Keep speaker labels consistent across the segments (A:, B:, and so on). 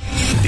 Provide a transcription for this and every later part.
A: The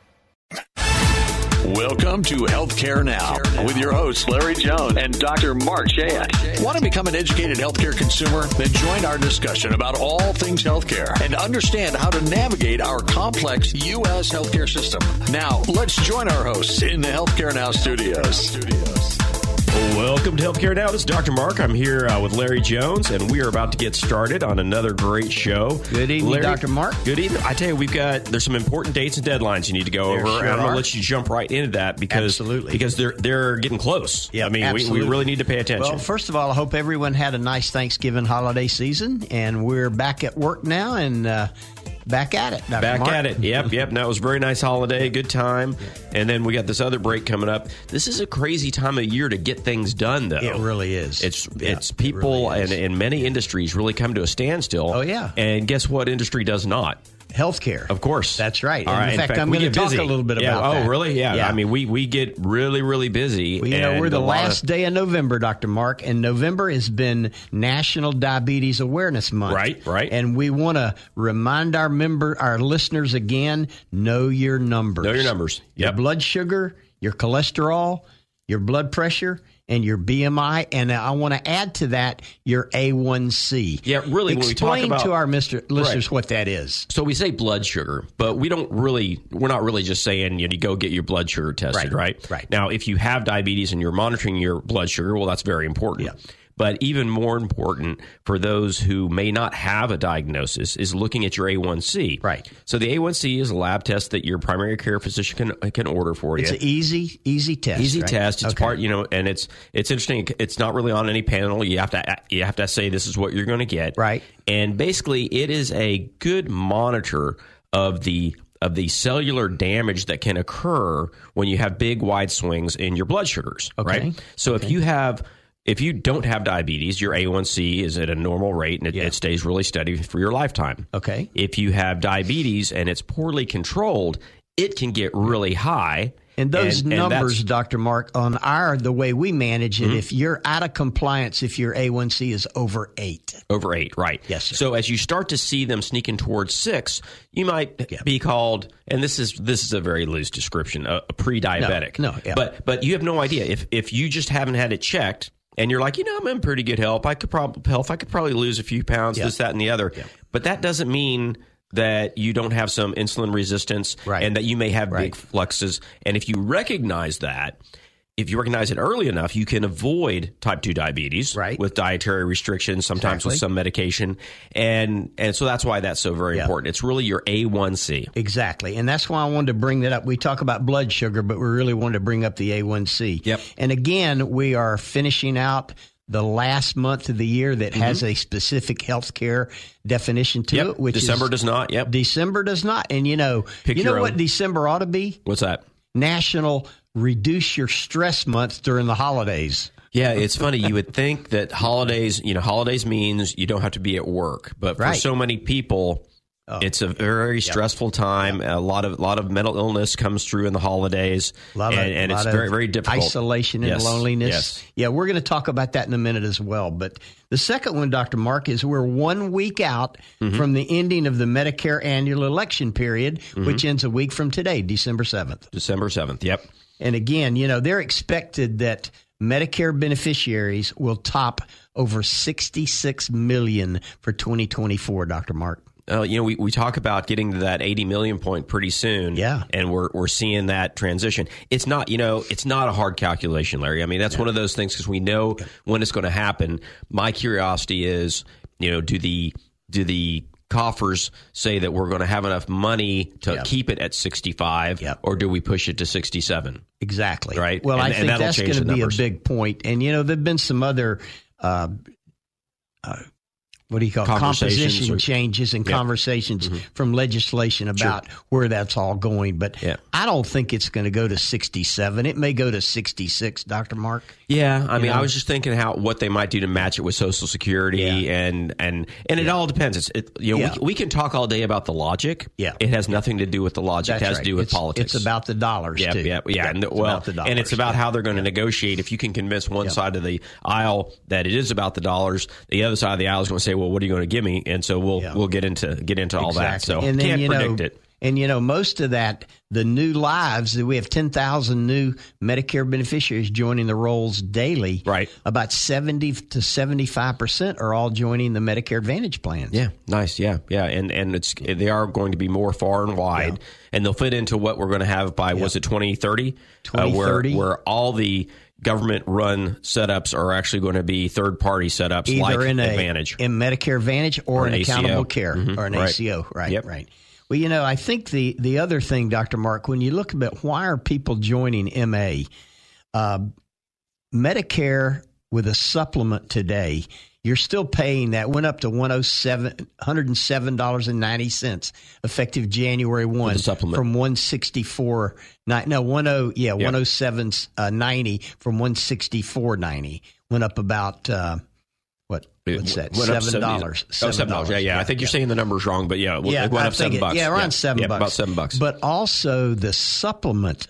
B: Welcome to Healthcare Now with your hosts, Larry Jones and Dr. Mark Shant. Want to become an educated healthcare consumer? Then join our discussion about all things healthcare and understand how to navigate our complex U.S. healthcare system. Now, let's join our hosts in the Healthcare Now studios.
C: Welcome to Healthcare Now. This is Dr. Mark. I'm here uh, with Larry Jones, and we are about to get started on another great show.
D: Good evening,
C: Larry-
D: Dr. Mark.
C: Good evening. I tell you, we've got there's some important dates and deadlines you need to go over.
D: There sure
C: and I'm going
D: are.
C: to let you jump right into that because
D: Absolutely.
C: because they're they're getting close. I mean, we, we
D: absolutely.
C: really need to pay attention.
D: Well, first of all, I hope everyone had a nice Thanksgiving holiday season, and we're back at work now and uh, back at it. Dr.
C: Back
D: Mark.
C: at it. Yep, yep. Now it was a very nice holiday, good time. And then we got this other break coming up. This is a crazy time of year to get things done, though.
D: It really is.
C: It's
D: Yeah,
C: it's
D: it
C: people
D: really is.
C: and, and many industries really come to a standstill.
D: Oh, yeah.
C: And guess what industry does not?
D: Healthcare.
C: Of course.
D: That's right.
C: All
D: And in fact, I'm
C: we
D: gonna
C: get
D: talk
C: busy.
D: a little bit
C: yeah.
D: about
C: Oh,
D: that.
C: really? Yeah.
D: Yeah.
C: I mean, we, we get really, really busy.
D: Well, you know,
C: and
D: we're the
C: a lot of-
D: last day of November, Dr. Mark, and November has been National Diabetes Awareness Month.
C: Right, right.
D: And we want to remind our member, our listeners again, know your numbers.
C: Know your numbers.
D: Your
C: Yep.
D: blood sugar, your cholesterol, your blood pressure, and your BMI. And I want to add to that your A1C.
C: Yeah, really, when we talk
D: Explain
C: about-
D: to our Mr. listeners
C: Right.
D: what that is.
C: So we say blood sugar, but we don't really, we're not really just saying you, know, you go get your blood sugar tested,
D: Right,
C: right?
D: right.
C: Now, if you have diabetes and you're monitoring your blood sugar, well, that's very important.
D: Yeah.
C: But even more important for those who may not have a diagnosis is looking at your A1C.
D: Right.
C: So the A1C is a lab test that your primary care physician can, can order for
D: It's
C: you.
D: an easy, easy test.
C: Easy
D: right?
C: test. It's
D: Okay.
C: part, you know, and it's it's interesting. It's not really on any panel. You have to you have to say this is what you're going to get,
D: Right.
C: And basically, it is a good monitor of the of the cellular damage that can occur when you have big wide swings in your blood sugars,
D: Okay.
C: right? So if you have if you don't have diabetes, your A1C is at a normal rate and it,
D: Yeah.
C: it stays really steady for your lifetime.
D: Okay.
C: If you have diabetes and it's poorly controlled, it can get really high.
D: And
C: that's-
D: those
C: Mm-hmm.
D: numbers, Dr. Mark, on our the way we manage it, if you're out of compliance, if your A1C is over eight,
C: over eight, right?
D: Yes, sir.
C: So as you start to see them sneaking towards six, you might
D: Yeah.
C: be called, and this is this is a very loose description, a, a pre-diabetic.
D: No, no, yeah.
C: but but you have no idea if if you just haven't had it checked, and you're like, you know, I'm in pretty good health. I could probably health. I could probably lose a few pounds,
D: Yeah.
C: this, that, and the other. But that doesn't mean that you don't have some insulin resistance,
D: Right.
C: and that you may have
D: Right.
C: big fluxes. And if you recognize that. If you recognize it early enough, you can avoid type 2 diabetes
D: Right.
C: with dietary restrictions, sometimes
D: Exactly.
C: with some medication, and and so that's why that's so very
D: Yeah.
C: important. It's really your A1C.
D: Exactly. And that's why I wanted to bring that up. We talk about blood sugar, but we really wanted to bring up the A1C.
C: Yep.
D: And again, we are finishing out the last month of the year that has a specific healthcare definition to
C: Mm-hmm. Yep.
D: it, which
C: December
D: is,
C: does not. Yep.
D: December does not. And you know,
C: Pick
D: you know
C: your
D: what
C: own.
D: December ought to be?
C: What's that?
D: National Reduce Your Stress Month during the holidays.
C: Yeah, it's funny. You would think that holidays, you know, holidays means you don't have to be at work, but for
D: Right. Oh.
C: so many people, it's a very stressful time. A lot of lot of mental illness comes through in the holidays,
D: A lot of,
C: and, and
D: lot
C: it's
D: of
C: very very difficult.
D: Isolation and
C: Yes,
D: loneliness.
C: yes.
D: Yeah, we're going to talk about that in a minute as well. But the second one, Dr. Mark, is we're one week out
C: Mm-hmm.
D: from the ending of the Medicare annual election period,
C: Mm-hmm.
D: which ends a week from today, December 7th.
C: December seventh. Yep.
D: And again, you know, they're expected that Medicare beneficiaries will top over 66 million for 2024, Dr. Mark.
C: Uh, you know, we, we talk about getting to that 80 million point pretty soon.
D: Yeah.
C: And we're, we're seeing that transition. It's not, you know, it's not a hard calculation, Larry. I mean, that's one of those things because we know when it's going to happen. My curiosity is, you know, do the, do the, coffers say that we're going to have enough money to
D: Yep.
C: keep it at 65
D: Yep.
C: or do we push it to 67
D: Exactly.
C: Right.
D: Well,
C: And-
D: I
C: and
D: think
C: that'll
D: that's
C: change
D: going
C: the
D: to be a
C: numbers.
D: big point. And you know, there've been some other uh, uh, what do you call it?
C: Conversations
D: composition
C: or- Mm-hmm.
D: changes and conversations from legislation about where that's all going. But
C: Yeah.
D: I don't think it's going to go to 67. It may go to 66, Dr. Mark.
C: Yeah, I mean, I was just thinking how what they might do to match it with Social Security,
D: Yeah.
C: and and and it all depends. It's it, you know
D: Yeah.
C: we, we can talk all day about the logic.
D: Yeah.
C: it has nothing to do with the logic. it has to do with
D: it's,
C: politics.
D: It's about the dollars,
C: yeah,
D: too.
C: yeah, yeah. And, the-
D: it's
C: well,
D: about the
C: and it's
D: dollars.
C: about how they're going to negotiate. If you can convince one side of the aisle that it is about the dollars, the other side of the aisle is going to say, "Well, what are you going to give me?" And so we'll
D: Yeah.
C: we'll get into get into all that. So
D: and then,
C: can't
D: you
C: predict
D: know,
C: it.
D: And you know, most of that, the new lives that we have ten thousand new Medicare beneficiaries joining the rolls daily.
C: Right.
D: About seventy to seventy five percent are all joining the Medicare Advantage plans.
C: Yeah, nice. Yeah, yeah, and and it's they are going to be more far and wide, and they'll fit into what we're going to have by was it twenty thirty, Uh, where
D: 2030.
C: where all the government run setups are actually going to be third party setups
D: Either
C: like
D: in a
C: Advantage.
D: in Medicare Advantage or, an
C: an ACO.
D: accountable care or an
C: Mm-hmm. Right.
D: ACO. Right.
C: Yep.
D: Right. Well, you know, I think the the other thing, Doctor Mark, when you look about why are people joining MA, uh, Medicare with a supplement today, you're still paying that went up to 107 $107.90 effective January 1
C: supplement.
D: from 164 ni- no 10 yeah 107 uh, 90 from 164.90 went up about uh, what what's that
C: Went up
D: $7
C: $7. Oh, $7. Yeah, yeah. I think you're saying the number's wrong, but yeah, it went-
D: yeah,
C: it went
D: I
C: up
D: think
C: seven
D: it-
C: bucks.
D: Yeah, around seven
C: yeah,
D: bucks.
C: About seven bucks.
D: But also the supplement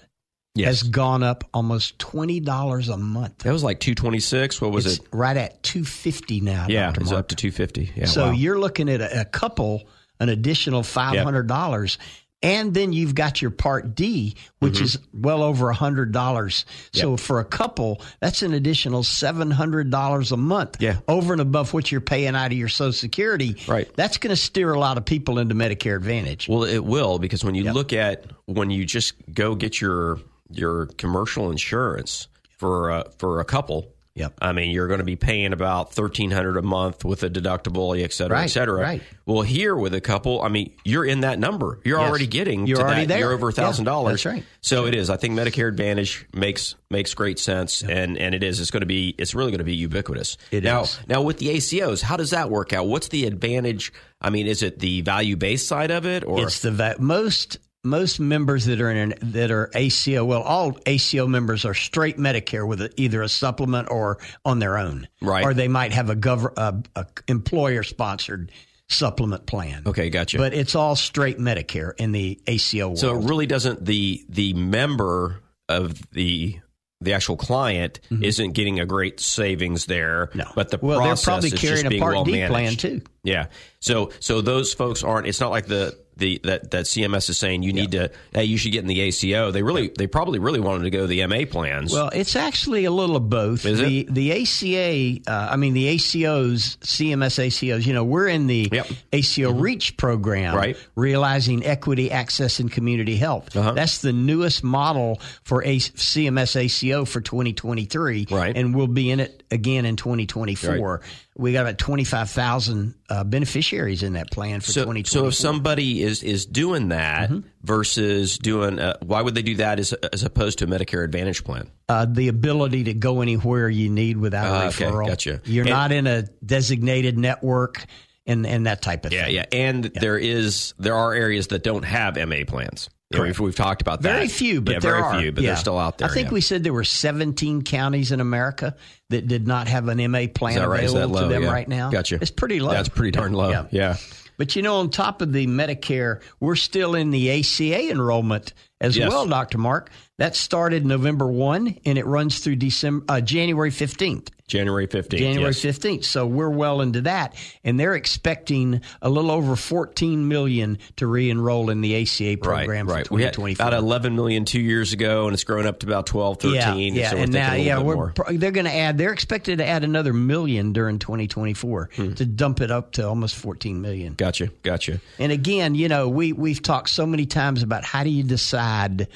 C: Yes.
D: has gone up almost twenty dollars a month.
C: that was like two twenty six. What was
D: It's
C: it?
D: right at two fifty now.
C: Yeah,
D: Dr.
C: it's
D: Mark.
C: up to two fifty. Yeah,
D: so
C: wow.
D: you're looking at a, a couple an additional five hundred dollars. And then you've got your Part D, which
C: Mm-hmm.
D: is well over a hundred dollars. So for a couple, that's an additional seven hundred dollars a month,
C: Yeah.
D: over and above what you're paying out of your Social Security.
C: Right.
D: That's going to steer a lot of people into Medicare Advantage.
C: Well, it will because when you look at when you just go get your your commercial insurance for a, for a couple.
D: Yep.
C: I mean, you're going to be paying about thirteen hundred a month with a deductible, et cetera, et
D: Right,
C: cetera.
D: right.
C: Well, here with a couple, I mean, you're in that number. You're
D: Yes.
C: already getting.
D: You're
C: to
D: already
C: that.
D: there.
C: You're over
D: Yeah,
C: thousand dollars.
D: that's right.
C: So it is. I think Medicare Advantage makes makes great sense, and and it is. It's going to be. It's really going to be ubiquitous.
D: It
C: now,
D: is.
C: now with the ACOs, how does that work out? What's the advantage? I mean, is it the value based side of it, or
D: It's the va- most most members that are in an, that are ACO. Well, all ACO members are straight Medicare with a, either a supplement or on their own,
C: Right.
D: Or they might have a, gov- a, a employer sponsored supplement plan.
C: Okay, gotcha.
D: But it's all straight Medicare in the ACO world.
C: so it really doesn't the the member of the the actual client isn't getting a great savings there.
D: Mm-hmm. no,
C: but the
D: well,
C: process
D: they're probably
C: is
D: carrying
C: just
D: a
C: being
D: Part
C: well
D: D
C: managed.
D: plan too.
C: Yeah. So so those folks aren't. It's not like the the that that CMS is saying you need to. Hey, you should get in the ACO. They really they probably really wanted to go to the MA plans.
D: Well, it's actually a little of both.
C: Is
D: the the ACA, uh, I mean the ACOs, CMS ACOs. You know, we're in the
C: Yep. Mm-hmm.
D: ACO Reach program,
C: Right. Uh-huh.
D: Realizing equity, access, and community health. That's the newest model for a- CMS ACO for 2023,
C: Right.
D: And we'll be in it again in 2024. We got about 25,000 uh, beneficiaries in that plan for
C: so,
D: 2024.
C: so if somebody is is doing that
D: Mm-hmm.
C: versus doing, uh, why would they do that as as opposed to a Medicare Advantage plan?
D: uh, the ability to go anywhere you need without a
C: Ah, okay,
D: referral.
C: gotcha.
D: You're
C: And-
D: not in a designated network and, and that type of
C: Yeah,
D: thing.
C: yeah, and there is there are areas that don't have MA plans. You know, We've, we've talked about that.
D: Very few, but
C: yeah,
D: there
C: very
D: are.
C: few, but
D: Yeah.
C: they're still out there.
D: I think
C: yeah.
D: we said there were 17 counties in America that did not have an MA plan
C: Is that right? Is
D: available
C: that low?
D: to them
C: Yeah.
D: right now.
C: Gotcha.
D: It's pretty low.
C: That's pretty darn low.
D: Yeah.
C: Yeah.
D: But you know, on top of the Medicare, we're still in the ACA enrollment as
C: Yes.
D: well, Doctor Mark. That started November one, and it runs through December uh, January fifteenth.
C: January fifteenth.
D: January fifteenth. So we're well into that, and they're expecting a little over fourteen million to re-enroll in the ACA program
C: right, right.
D: for
C: We
D: twenty
C: had
D: twenty
C: about
D: five.
C: 11 million two years ago, and it's grown up to about 12, 13.
D: Yeah, yeah,
C: so we're
D: and
C: thinking a
D: now
C: little
D: yeah,
C: bit
D: we're
C: more.
D: pro- they're going to add. They're expected to add another million during twenty twenty four
C: Hmm.
D: to dump it up to almost fourteen million.
C: Gotcha, gotcha.
D: And again, you know, we we've talked so many times about how do you decide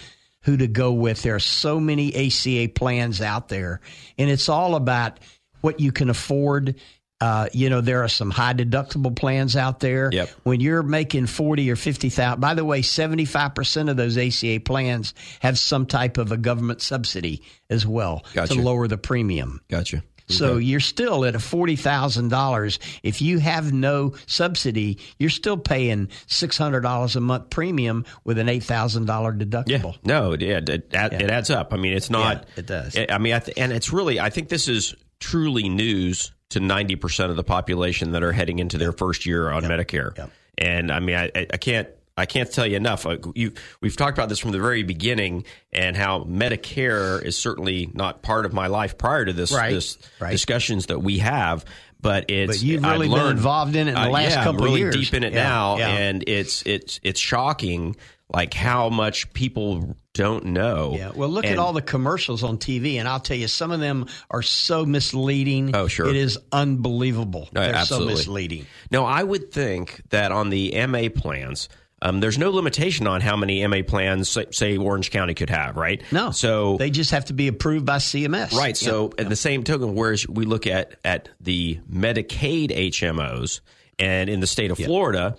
D: who to go with. There are so many ACA plans out there, and it's all about what you can afford. Uh, you know, there are some high deductible plans out there.
C: Yep.
D: When you're making forty or fifty thousand, by the way, seventy five percent of those ACA plans have some type of a government subsidy as well
C: Gotcha.
D: to lower the premium.
C: Gotcha.
D: So you're still at a forty thousand dollars. If you have no subsidy, you're still paying six hundred dollars a month premium with an eight thousand dollar deductible.
C: No, it, it, it, add- it adds up. I mean, it's not.
D: Yeah, it does.
C: I mean, I th- and it's really. I think this is truly news to ninety percent of the population that are heading into their first year on Medicare. And I mean, I, I I can't. I can't tell you enough. Uh, You, we've talked about this from the very beginning, and how Medicare is certainly not part of my life prior to this,
D: Right,
C: this
D: right.
C: discussions that we have. But it's
D: But you've
C: I've
D: really been
C: learned-
D: involved in it in the
C: Uh,
D: last
C: yeah, I'm
D: couple
C: really
D: years.
C: deep in it
D: Yeah,
C: now,
D: yeah.
C: and it's it's it's shocking like how much people don't know.
D: Yeah. Well, look at
C: And-
D: all the commercials on TV, and I'll tell you, some of them are so misleading.
C: Oh, sure.
D: It is unbelievable.
C: No,
D: They're
C: absolutely.
D: so misleading.
C: No, I would think that on the MA plans, um, there's no limitation on how many MA plans, say, say Orange County, could have, right?
D: No.
C: So
D: they just have to be approved by CMS.
C: Right. So at the same token, whereas we look at at the Medicaid HMOs, and in the state of Florida,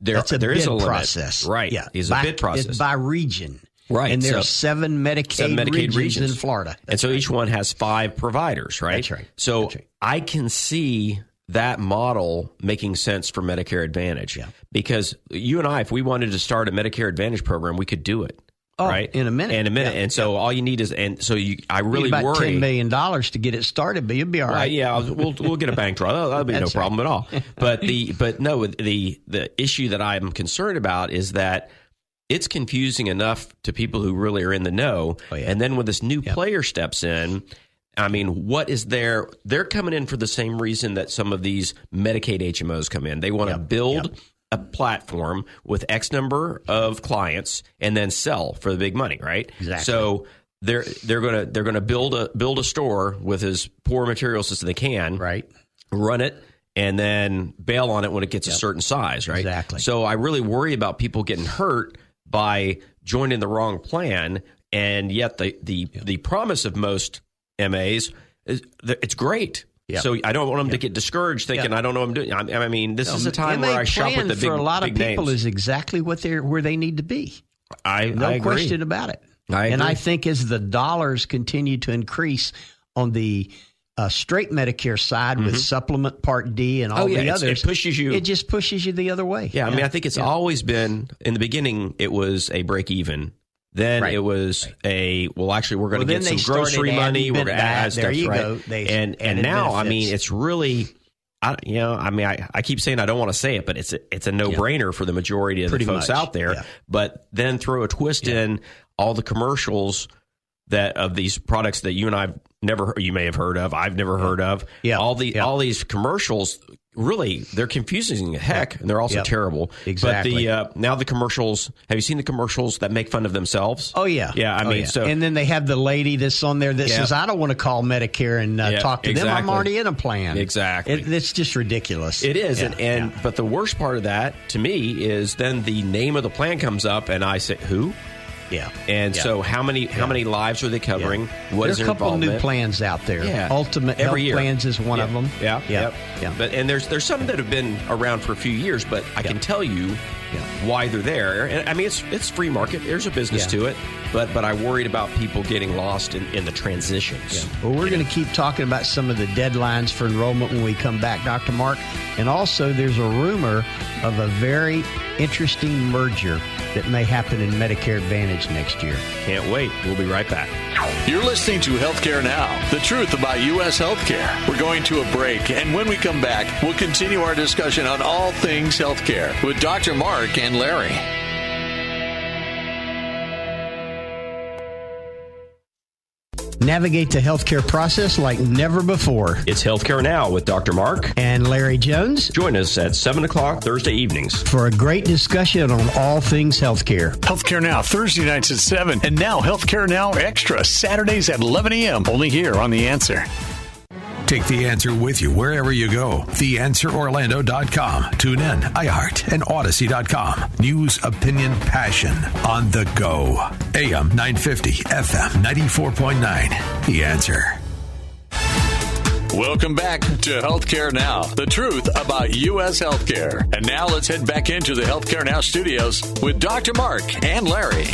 C: there
D: That's a
C: there
D: bid
C: is a limit.
D: process.
C: Right.
D: Yeah.
C: It's
D: By-
C: a bid process.
D: It's by region.
C: Right.
D: And there
C: So-
D: are seven Medicaid,
C: Seven Medicaid
D: regions,
C: regions.
D: in Florida.
C: and so each one has five providers, right?
D: That's right.
C: So
D: That's right.
C: I can see that model making sense for Medicare Advantage.
D: Yeah.
C: Because you and I, if we wanted to start a Medicare Advantage program, we could do it.
D: Oh,
C: right?
D: in a minute.
C: In a minute.
D: Yeah.
C: And so all you need is, and so you, I
D: Need
C: really
D: about
C: worry.
D: $10 million to get it started, but you'll be all
C: Well,
D: right.
C: yeah, I'll- we'll we'll get a bank draw. That'll, that'll be no
D: That's
C: problem at all. But the but no, the the issue that I'm concerned about is that it's confusing enough to people who really are in the know.
D: Oh, yeah.
C: And then when this new player steps in, I mean, what is their they're coming in for the same reason that some of these Medicaid HMOs come in. They want to build a platform with X number of clients and then sell for the big money, right?
D: Exactly.
C: So they're they're gonna they're gonna build a build a store with as poor materials as they can,
D: Right.
C: run it, and then bail on it when it gets a certain size, right?
D: Exactly.
C: So I really worry about people getting hurt by joining the wrong plan, and yet the the the promise of most MAs is that it's great.
D: Yeah.
C: So I don't want them to get discouraged, thinking I don't know what I'm doing. I, I mean, this is a time
D: MA
C: where I shop with
D: plan
C: the big
D: for a lot of
C: big
D: people
C: names.
D: is exactly what they're where they need to be.
C: I,
D: No
C: I agree.
D: question about it.
C: I
D: and
C: agree.
D: I think as the dollars continue to increase on the uh, straight Medicare side with supplement Part D and all
C: Mm-hmm. Oh, yeah,
D: the
C: it's- it
D: others,
C: pushes you-
D: It just pushes you the other way.
C: Yeah, I mean, I think it's always been in the beginning. It was a break even. Then
D: Right.
C: it was a well. Actually, we're going
D: Well,
C: to
D: then
C: get
D: they
C: some
D: started
C: grocery
D: adding
C: money. We're
D: ben-
C: going to add
D: that-
C: stuff,
D: there you
C: right?
D: go. They
C: and and
D: added
C: now, I
D: benefits.
C: mean, it's really, I you know, I mean, I, I keep saying I don't want to say it, but it's a, it's a no brainer for the majority of
D: Pretty
C: the folks
D: much,
C: out there.
D: yeah.
C: But then throw a twist in all the commercials that of these products that you and I've never you may have heard of, I've never heard of.
D: Yeah.
C: all the
D: Yeah.
C: all these commercials really they're confusing the heck, and they're also
D: Yep.
C: terrible. But
D: Exactly.
C: the uh, now the commercials. Have you seen the commercials that make fun of themselves?
D: Oh yeah,
C: yeah. I
D: Oh,
C: mean, so
D: and then they have the lady that's on there that
C: Yeah.
D: says, "I don't want to call Medicare and uh,
C: Yeah,
D: talk to them. I'm
C: exactly.
D: already in a plan."
C: Exactly.
D: It, it's just ridiculous.
C: it is,
D: Yeah,
C: and, and but the worst part of that to me is then the name of the plan comes up, and I say who.
D: yeah.
C: And
D: Yeah.
C: so, how many how many lives are they covering? What is
D: There's a
C: their
D: couple new
C: involvement?
D: plans out there.
C: Yeah.
D: Ultimate
C: Every
D: health
C: year.
D: plans is one
C: yeah.
D: of them.
C: Yeah,
D: yeah,
C: yep.
D: yeah.
C: But and there's there's some that have been around for a few years, but I can tell you why they're there. And I mean, it's it's free market. There's a business
D: Yeah.
C: to it, but but I worried about people getting lost in, in the transitions.
D: Well, we're going to keep talking about some of the deadlines for enrollment when we come back, Dr. Mark. And also, there's a rumor of a very interesting merger that may happen in Medicare Advantage next year.
C: Can't wait. We'll be right back.
B: You're listening to Healthcare Now, the truth about U.S. healthcare. We're going to a break, and when we come back, we'll continue our discussion on all things healthcare with Dr. Mark and Larry.
D: Navigate the healthcare process like never before.
C: It's healthcare now with Dr. Mark.
D: And Larry Jones
C: Join us at seven o'clock Thursday evenings.
D: for a great discussion on all things healthcare.
B: Healthcare Now, Thursday nights at 7, and now Healthcare Now Extra, Saturdays at 11 a.m., only here on The Answer.
A: Take the answer with you wherever you go. TheAnswerOrlando.com. Tune in, iHeart, and Odyssey.com. News, opinion, passion on the go. AM 950, FM 94.9. The answer.
B: Welcome back to Healthcare Now, the truth about U.S. healthcare. And now let's head back into the Healthcare Now studios with Dr. Mark and Larry.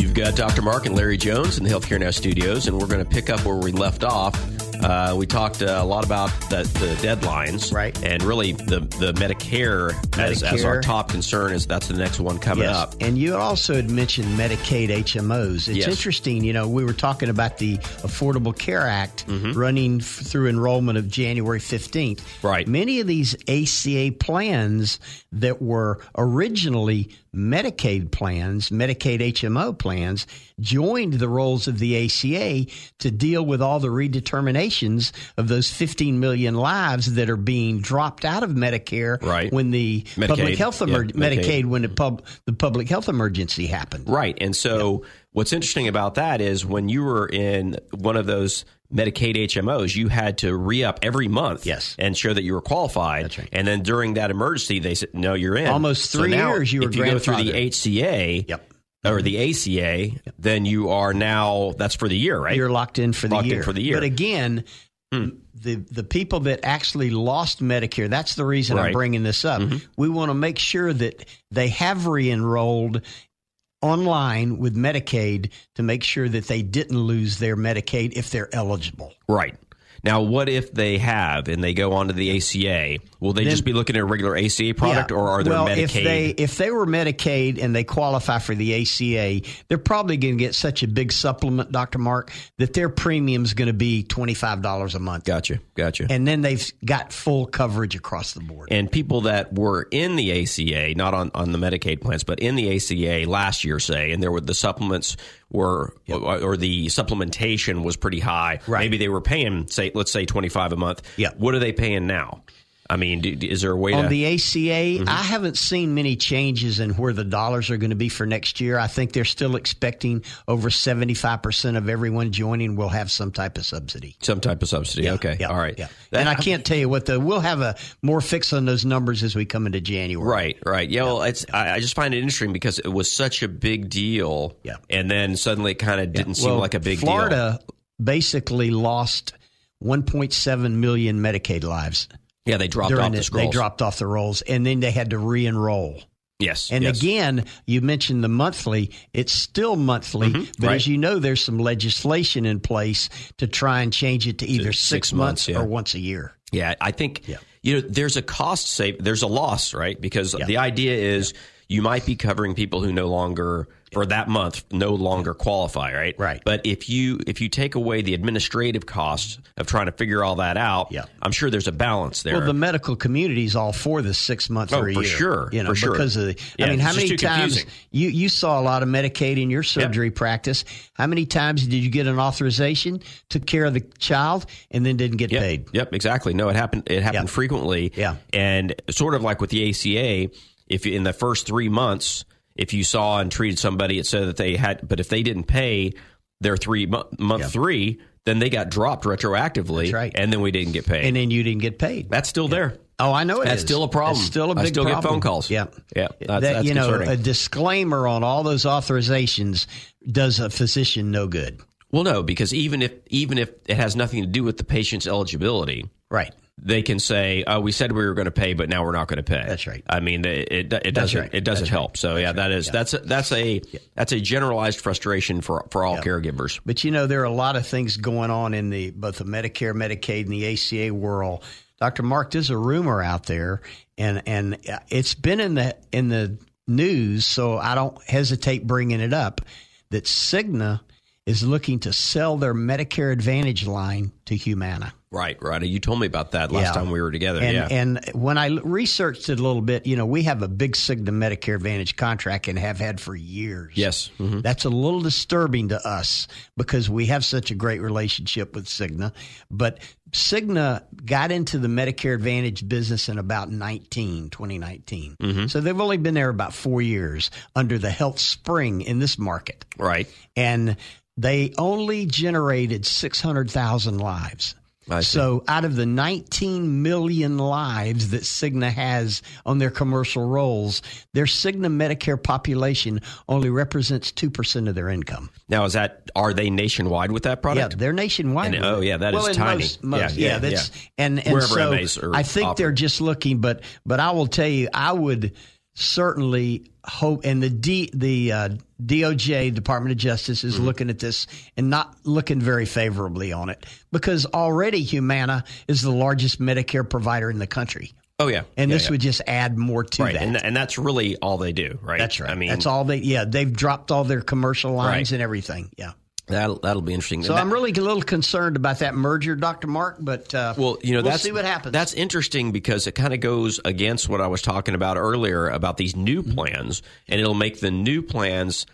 C: You've got Dr. Mark and Larry Jones in the Healthcare Now studios, and we're going to pick up where we left off Uh, we talked uh, a lot about the, the deadlines,
D: Right.
C: And really, the the Medicare, As, as
D: Medicare.
C: our top concern is that's the next one coming
D: Yes.
C: up.
D: And you also had mentioned Medicaid HMOs. It's
C: Yes.
D: interesting, you know, we were talking about the Affordable Care Act
C: Mm-hmm.
D: running f- through enrollment of January 15th.
C: Right.
D: Many of these ACA plans that were originally Medicaid plans, Medicaid HMO plans, joined the roles of the ACA to deal with all the redeterminations of those 15 million lives that are being dropped out of Medicare
C: Right.
D: when the public
C: Medicaid,
D: health
C: yeah,
D: emerg Medicaid.
C: Medicaid.
D: when the pub the public health emergency happened.
C: Right. And so what's interesting about that is when you were in one of those Medicaid HMOs, you had to re up every month
D: Yes.
C: and show that you were qualified.
D: That's right.
C: And then during that emergency, they said, no, you're in.
D: Almost three years you were
C: If you go through the
D: grandfathered.
C: HCA
D: Yep.
C: or the ACA, then you are now, that's for the year, right?
D: You're locked in for the
C: Locked in
D: year.
C: for the year. Hmm.
D: But again, the the people that actually lost Medicare, that's the reason I'm
C: Right. Mm-hmm.
D: bringing this up. We want to make sure that they have re-enrolled online with Medicaid to make sure that they didn't lose their Medicaid if they're eligible.
C: right. Now, what if they have and they go on to the ACA? Will they just be looking at a regular ACA product
D: Yeah.
C: or are there
D: well,
C: Medicaid?
D: If they if they were Medicaid and they qualify for the ACA, they're probably going to get such a big supplement, Doctor Mark, that their premium's going to be twenty five dollars a month,
C: gotcha. Gotcha.
D: and then they've got full coverage across the board.
C: and people that were in the ACA, not on, on the Medicaid plans, but in the ACA last year, say, and there were the supplements were or, or the supplementation was pretty high.
D: Right.
C: Maybe they were paying, say, let's say twenty five a month.
D: Yeah.
C: What are they paying now? I mean, do, is there a way
D: on
C: to?
D: the ACA,
C: Mm-hmm.
D: I haven't seen many changes in where the dollars are going to be for next year. I think they're still expecting over 75% of everyone joining will have some type of subsidy.
C: some type of subsidy. okay.
D: Yeah,
C: All right.
D: Yeah.
C: That-
D: and I can't tell you what the, we'll have a more fix on those numbers as we come into January.
C: Right, right. Yeah, well, it's I, I just find it interesting because it was such a big deal,
D: Yeah.
C: and then suddenly it kind of didn't seem
D: Well,
C: like a big deal.
D: Florida basically lost 1.7 million Medicaid lives
C: Yeah, they dropped
D: during
C: off the,
D: it.
C: scrolls.
D: They dropped off the rolls, and then they had to re-enroll.
C: Yes,
D: And
C: yes.
D: again, you mentioned the monthly. It's still monthly, but
C: Mm-hmm. right.
D: as you know, there's some legislation in place to try and change it to either six,
C: six months,
D: months,
C: yeah.
D: or once a year.
C: Yeah, I think
D: Yeah.
C: you know there's a cost save, there's a loss, right? Because the idea is you might be covering people who no longer for that month no longer qualify, right?
D: Right.
C: But if you if you take away the administrative costs of trying to figure all that out,
D: Yeah.
C: I'm sure there's a balance there.
D: Well, the medical community is all for the six months
C: Oh,
D: or a
C: for
D: year.
C: sure,
D: You know,
C: for sure.
D: because of the, I
C: Yeah,
D: mean,
C: it's
D: how
C: just
D: many
C: too
D: times
C: confusing.
D: you, you saw a lot of Medicaid in your surgery practice. How many times did you get an authorization, took care of the child, and then didn't get
C: Yep.
D: paid?
C: Yep, exactly. No, it happened. It happened
D: Yeah.
C: frequently.
D: Yeah.
C: and sort of like with the ACA, if you- in the first three months, if you saw and treated somebody, it said that they had, but if they didn't pay their three mo- month three, then they got dropped retroactively.
D: That's right.
C: and then we didn't get paid.
D: And then you didn't get paid.
C: that's still there.
D: Oh, I know it
C: That's
D: is.
C: still a problem.
D: It's still a
C: I
D: big
C: still
D: problem.
C: get phone calls.
D: Yeah,
C: yeah. That's,
D: that,
C: that's
D: you know,
C: concerning.
D: a disclaimer on all those authorizations does a physician no good.
C: well, no, because even if even if it has nothing to do with the patient's eligibility,
D: Right.
C: they can say, "Oh, we said we were going to pay, but now we're not going to pay."
D: That's right.
C: I mean, it it, it doesn't
D: right.
C: it doesn't help. So yeah, that is that's a, that's a that's a generalized frustration for for all caregivers.
D: But you know, there are a lot of things going on in the both the Medicare, Medicaid, and the ACA world. Dr. Mark, there's a rumor out there, and and uh, it's been in the in the news, so I don't hesitate bringing it up that Cigna is looking to sell their Medicare Advantage line to Humana.
C: Right, right. You told me about that last
D: Yeah.
C: time we were together.
D: And,
C: yeah.
D: and when I l- researched it a little bit, you know, we have a big Cigna Medicare Advantage contract and have had for years.
C: yes. Mhm.
D: That's a little disturbing to us because we have such a great relationship with Cigna. But Cigna got into the Medicare Advantage business in about 19, 2019.
C: Mm-hmm.
D: So they've only been there about four years under the health spring in this market.
C: Right.
D: And they only generated 600,000 lives.
C: I see.
D: So out of the 19 million lives that Cigna has on their commercial rolls, their Cigna Medicare population only represents 2% of their income.
C: Now is that are they nationwide with that
D: Yeah,
C: product?
D: they're nationwide.
C: And- oh, yeah, that
D: that is
C: is tiny.
D: Most, most,
C: Yeah,
D: yeah,
C: yeah,
D: that's
C: yeah.
D: and and
C: Wherever
D: so
C: MAs are
D: I think they're
C: operating.
D: just looking, but but I will tell you, I would certainly hope and the D, the uh, DOJ Department of Justice
C: Mm-hmm.
D: is looking at this and not looking very favorably on it because already Humana is the largest Medicare provider in the country.
C: Oh yeah,
D: And
C: Yeah,
D: this
C: yeah.
D: would just add more to
C: right,
D: that.
C: and, and that's really all they do, right?
D: That's right.
C: I mean,
D: that's all they. Yeah, they've dropped all their commercial lines
C: Right.
D: and everything. Yeah.
C: That'll that'll be interesting.
D: So I'm really a little concerned about that merger, Doctor Mark. But uh,
C: Well, you know,
D: we'll
C: that's
D: see what happens.
C: That's interesting because it kind of goes against what I was talking about earlier about these new
D: Mm-hmm.
C: plans, and it'll make the new plans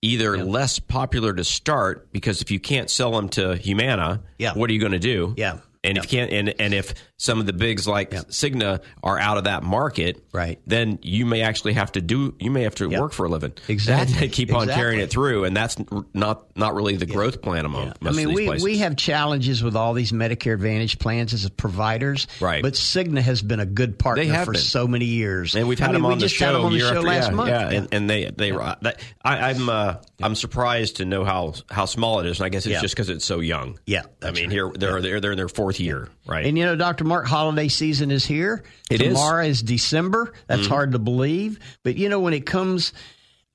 C: either less popular to start because if you can't sell them to Humana,
D: Yeah.
C: what are you going to do?
D: Yeah.
C: And if you can't, and, and if some of the bigs like Cigna are out of that market,
D: Right.
C: then you may actually have to do, you may have to work for a living.
D: Exactly.
C: That they keep on carrying
D: Exactly.
C: it through, and that's r- not not really the growth plan among
D: I
C: most
D: mean,
C: of these
D: we,
C: places.
D: we have challenges with all these Medicare Advantage plans as providers,
C: Right.
D: But Cigna has been a good partner
C: They have
D: for
C: been.
D: so many years,
C: And we've had
D: I mean,
C: them
D: we
C: on the
D: just had
C: show
D: 'em on the
C: year
D: show
C: after-
D: last
C: yeah,
D: month.
C: yeah, And, and they they that, I, I'm uh, I'm surprised to know how how small it is, and I guess it's
D: Yeah.
C: just because it's so young.
D: Yeah,
C: I
D: that's
C: mean
D: right.
C: here they're they're they're in their fourth year, right?
D: And you know, Dr. Mark, holiday season is here.
C: It is. Mm-hmm.
D: Tomorrow is, December. That's hard to believe. But you know, when it comes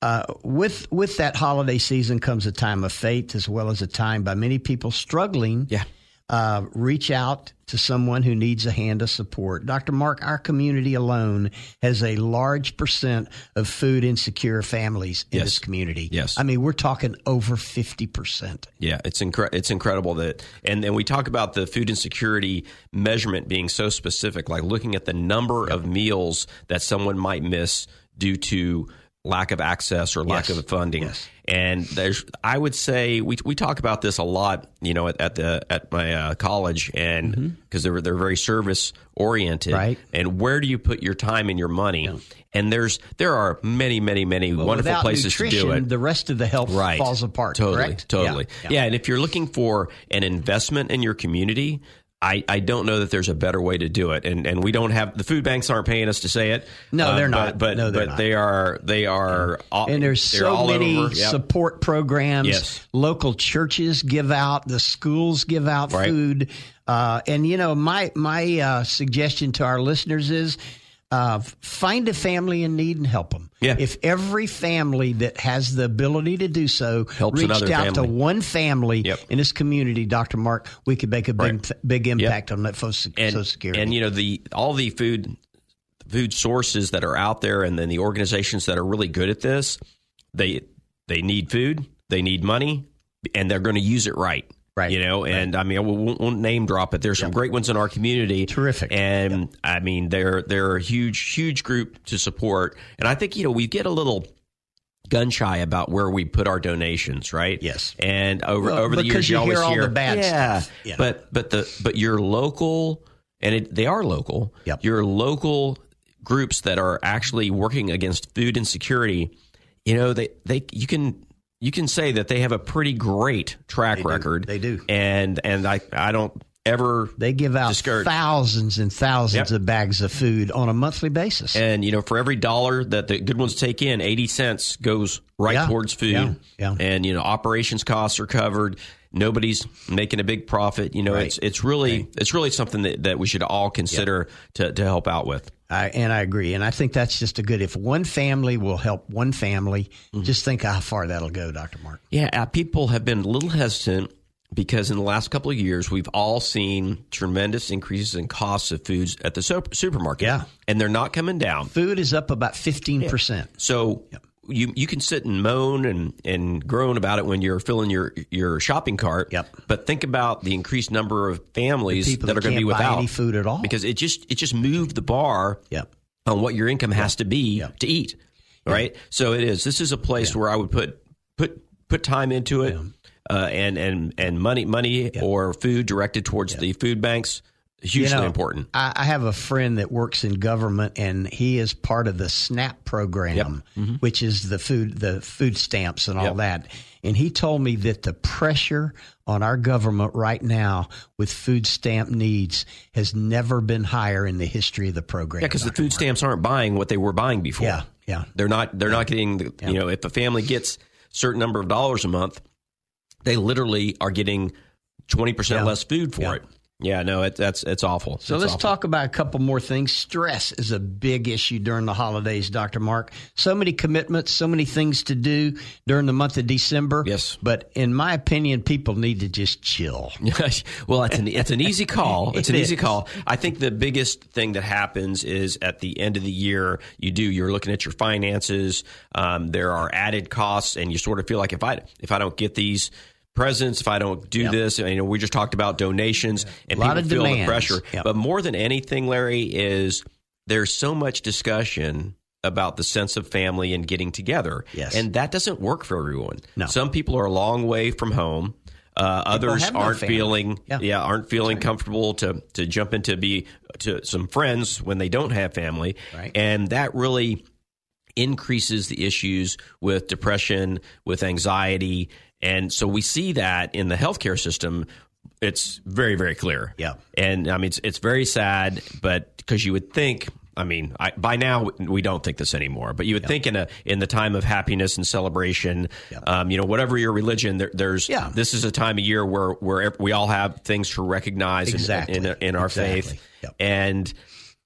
D: uh, with with that holiday season comes a time of faith as well as a time by many people struggling.
C: Yeah.
D: Uh, reach out to someone who needs a hand of support. Dr. Mark, our community alone has a large percent of food insecure families in
C: Yes.
D: this community.
C: Yes.
D: I mean, we're talking over 50%.
C: Yeah, it's incre- it's incredible that and and we talk about the food insecurity measurement being so specific, like looking at the number of meals that someone might miss due to lack of access or lack
D: Yes.
C: of funding.
D: Yes.
C: And there's I would say we we talk about this a lot, you know, at, at the at my uh, college and because they're they're very service oriented.
D: Mm-hmm. Right.
C: And where do you put your time and your money? And there's there are many, many, many wonderful
D: Without
C: places to
D: nutrition,
C: do it
D: the rest of the health falls apart.
C: Totally,
D: correct?
C: totally. Yeah. and if you're looking for an investment in your community, I, I don't know that there's a better way to do it. And and we don't have the food banks aren't paying us to say it. Uh,
D: No, they're not.
C: But but,
D: No, they're
C: but
D: not.
C: they are they are all,
D: And there's
C: they're
D: so
C: all
D: many
C: over. Yep.
D: support programs.
C: Yes.
D: Local churches give out, the schools give out
C: Right.
D: food. Uh, and you know, my my uh, suggestion to our listeners is uh, find a family in need and help them.
C: Yeah.
D: If every family that has the ability to do so
C: Helps
D: reached out
C: another
D: to
C: family.
D: one family
C: Yep.
D: in this community, Dr. Mark, we could make a big big impact on that fo-
C: and,
D: Social Security.
C: And you know the all the food food sources that are out there, and then the organizations that are really good at this, they they need food, they need money, and they're going to use it right.
D: Right.
C: You know, and I mean, we won't, won't name drop it. There's some great ones in our community.
D: Terrific.
C: And I mean, they're they're a huge huge group to support. And I think you know we get a little gun shy about where we put our donations, right?
D: Yes.
C: And over
D: Well,
C: over the
D: Uh, because
C: years, you,
D: you
C: always
D: hear all
C: hear
D: the bad
C: yeah,
D: stuff. Yeah.
C: But but the but your local and it, they are local.
D: Yep.
C: Your local groups that are actually working against food insecurity, you know, they they you can you can say that they have a pretty great track record.
D: They do.
C: And and I I don't ever
D: they give out
C: discourage-
D: thousands and thousands
C: Yep.
D: of bags of food on a monthly basis.
C: And you know, for every dollar that the good ones take in, eighty cents goes right
D: Yeah,
C: towards food.
D: yeah, yeah.
C: And you know, operations costs are covered. Nobody's making a big profit. You know, it's it's really it's really something that, that we should all consider to, to help out with.
D: I, and I agree. And I think that's just a good, if one family will help one family,
C: Mm-hmm.
D: just think how far that'll go, Dr. Mark.
C: Yeah, uh, people have been a little hesitant because in the last couple of years, we've all seen tremendous increases in costs of foods at the sup- supermarket.
D: Yeah.
C: and they're not coming down.
D: Food is up about 15%.
C: So you you can sit and moan and, and groan about it when you're filling your your shopping cart.
D: Yep.
C: But think about the increased number of
D: The
C: families
D: people
C: that are
D: that
C: going to be
D: can't buy
C: without
D: any food at all.
C: because it just it just moved the bar
D: Yep.
C: on what your income has to be to eat. Right. So it is. This is a place where I would put put put time into it, uh, and and and money money or food directed towards the food banks hugely
D: know,
C: important.
D: I, I have a friend that works in government, and he is part of the SNAP program, which is the food the food stamps and all
C: Yep.
D: that. And he told me that the pressure on our government right now with food stamp needs has never been higher in the history of the program.
C: Yeah, because the
D: Dr.
C: food stamps aren't buying what they were buying before.
D: Yeah, yeah.
C: They're not. They're not getting. The, You know, if a family gets certain number of dollars a month, they literally are getting twenty percent
D: Yeah.
C: less food for
D: Yeah.
C: it. Yeah, no, it, that's it's awful.
D: So let's talk about a couple more things. Stress is a big issue during the holidays, Dr. Mark. So many commitments, so many things to do during the month of December.
C: Yes.
D: But in my opinion, people need to just chill.
C: Yes. well, it's an it's an easy call. It's
D: It
C: an easy
D: is.
C: call. I think the biggest thing that happens is at the end of the year, you do you're looking at your finances. Um, there are added costs, and you sort of feel like if I if I don't get these presents, if I don't do this, and, you know, we just talked about donations, and
D: Lot
C: people
D: of
C: feel the
D: demands.
C: pressure.
D: Yep.
C: But more than anything, Larry is there's so much discussion about the sense of family and getting together.
D: Yes.
C: And that doesn't work for everyone.
D: No.
C: Some people are a long way from home. Uh, others
D: have no
C: aren't
D: family.
C: feeling yeah.
D: Yeah.
C: aren't feeling comfortable to to jump into be to some friends when they don't have family.
D: Right.
C: And that really increases the issues with depression, with anxiety. And so we see that in the healthcare system. It's very, very clear.
D: Yeah.
C: And I mean, it's, it's very sad, but because you would think, I mean, I, by now we don't think this anymore, but you would think in a in the time of happiness and celebration, um, you know, whatever your religion, there, there's
D: Yeah.
C: this is a time of year where where ev- we all have things to recognize in-
D: Exactly.
C: in, in, in our
D: Exactly.
C: faith,
D: Yep.
C: and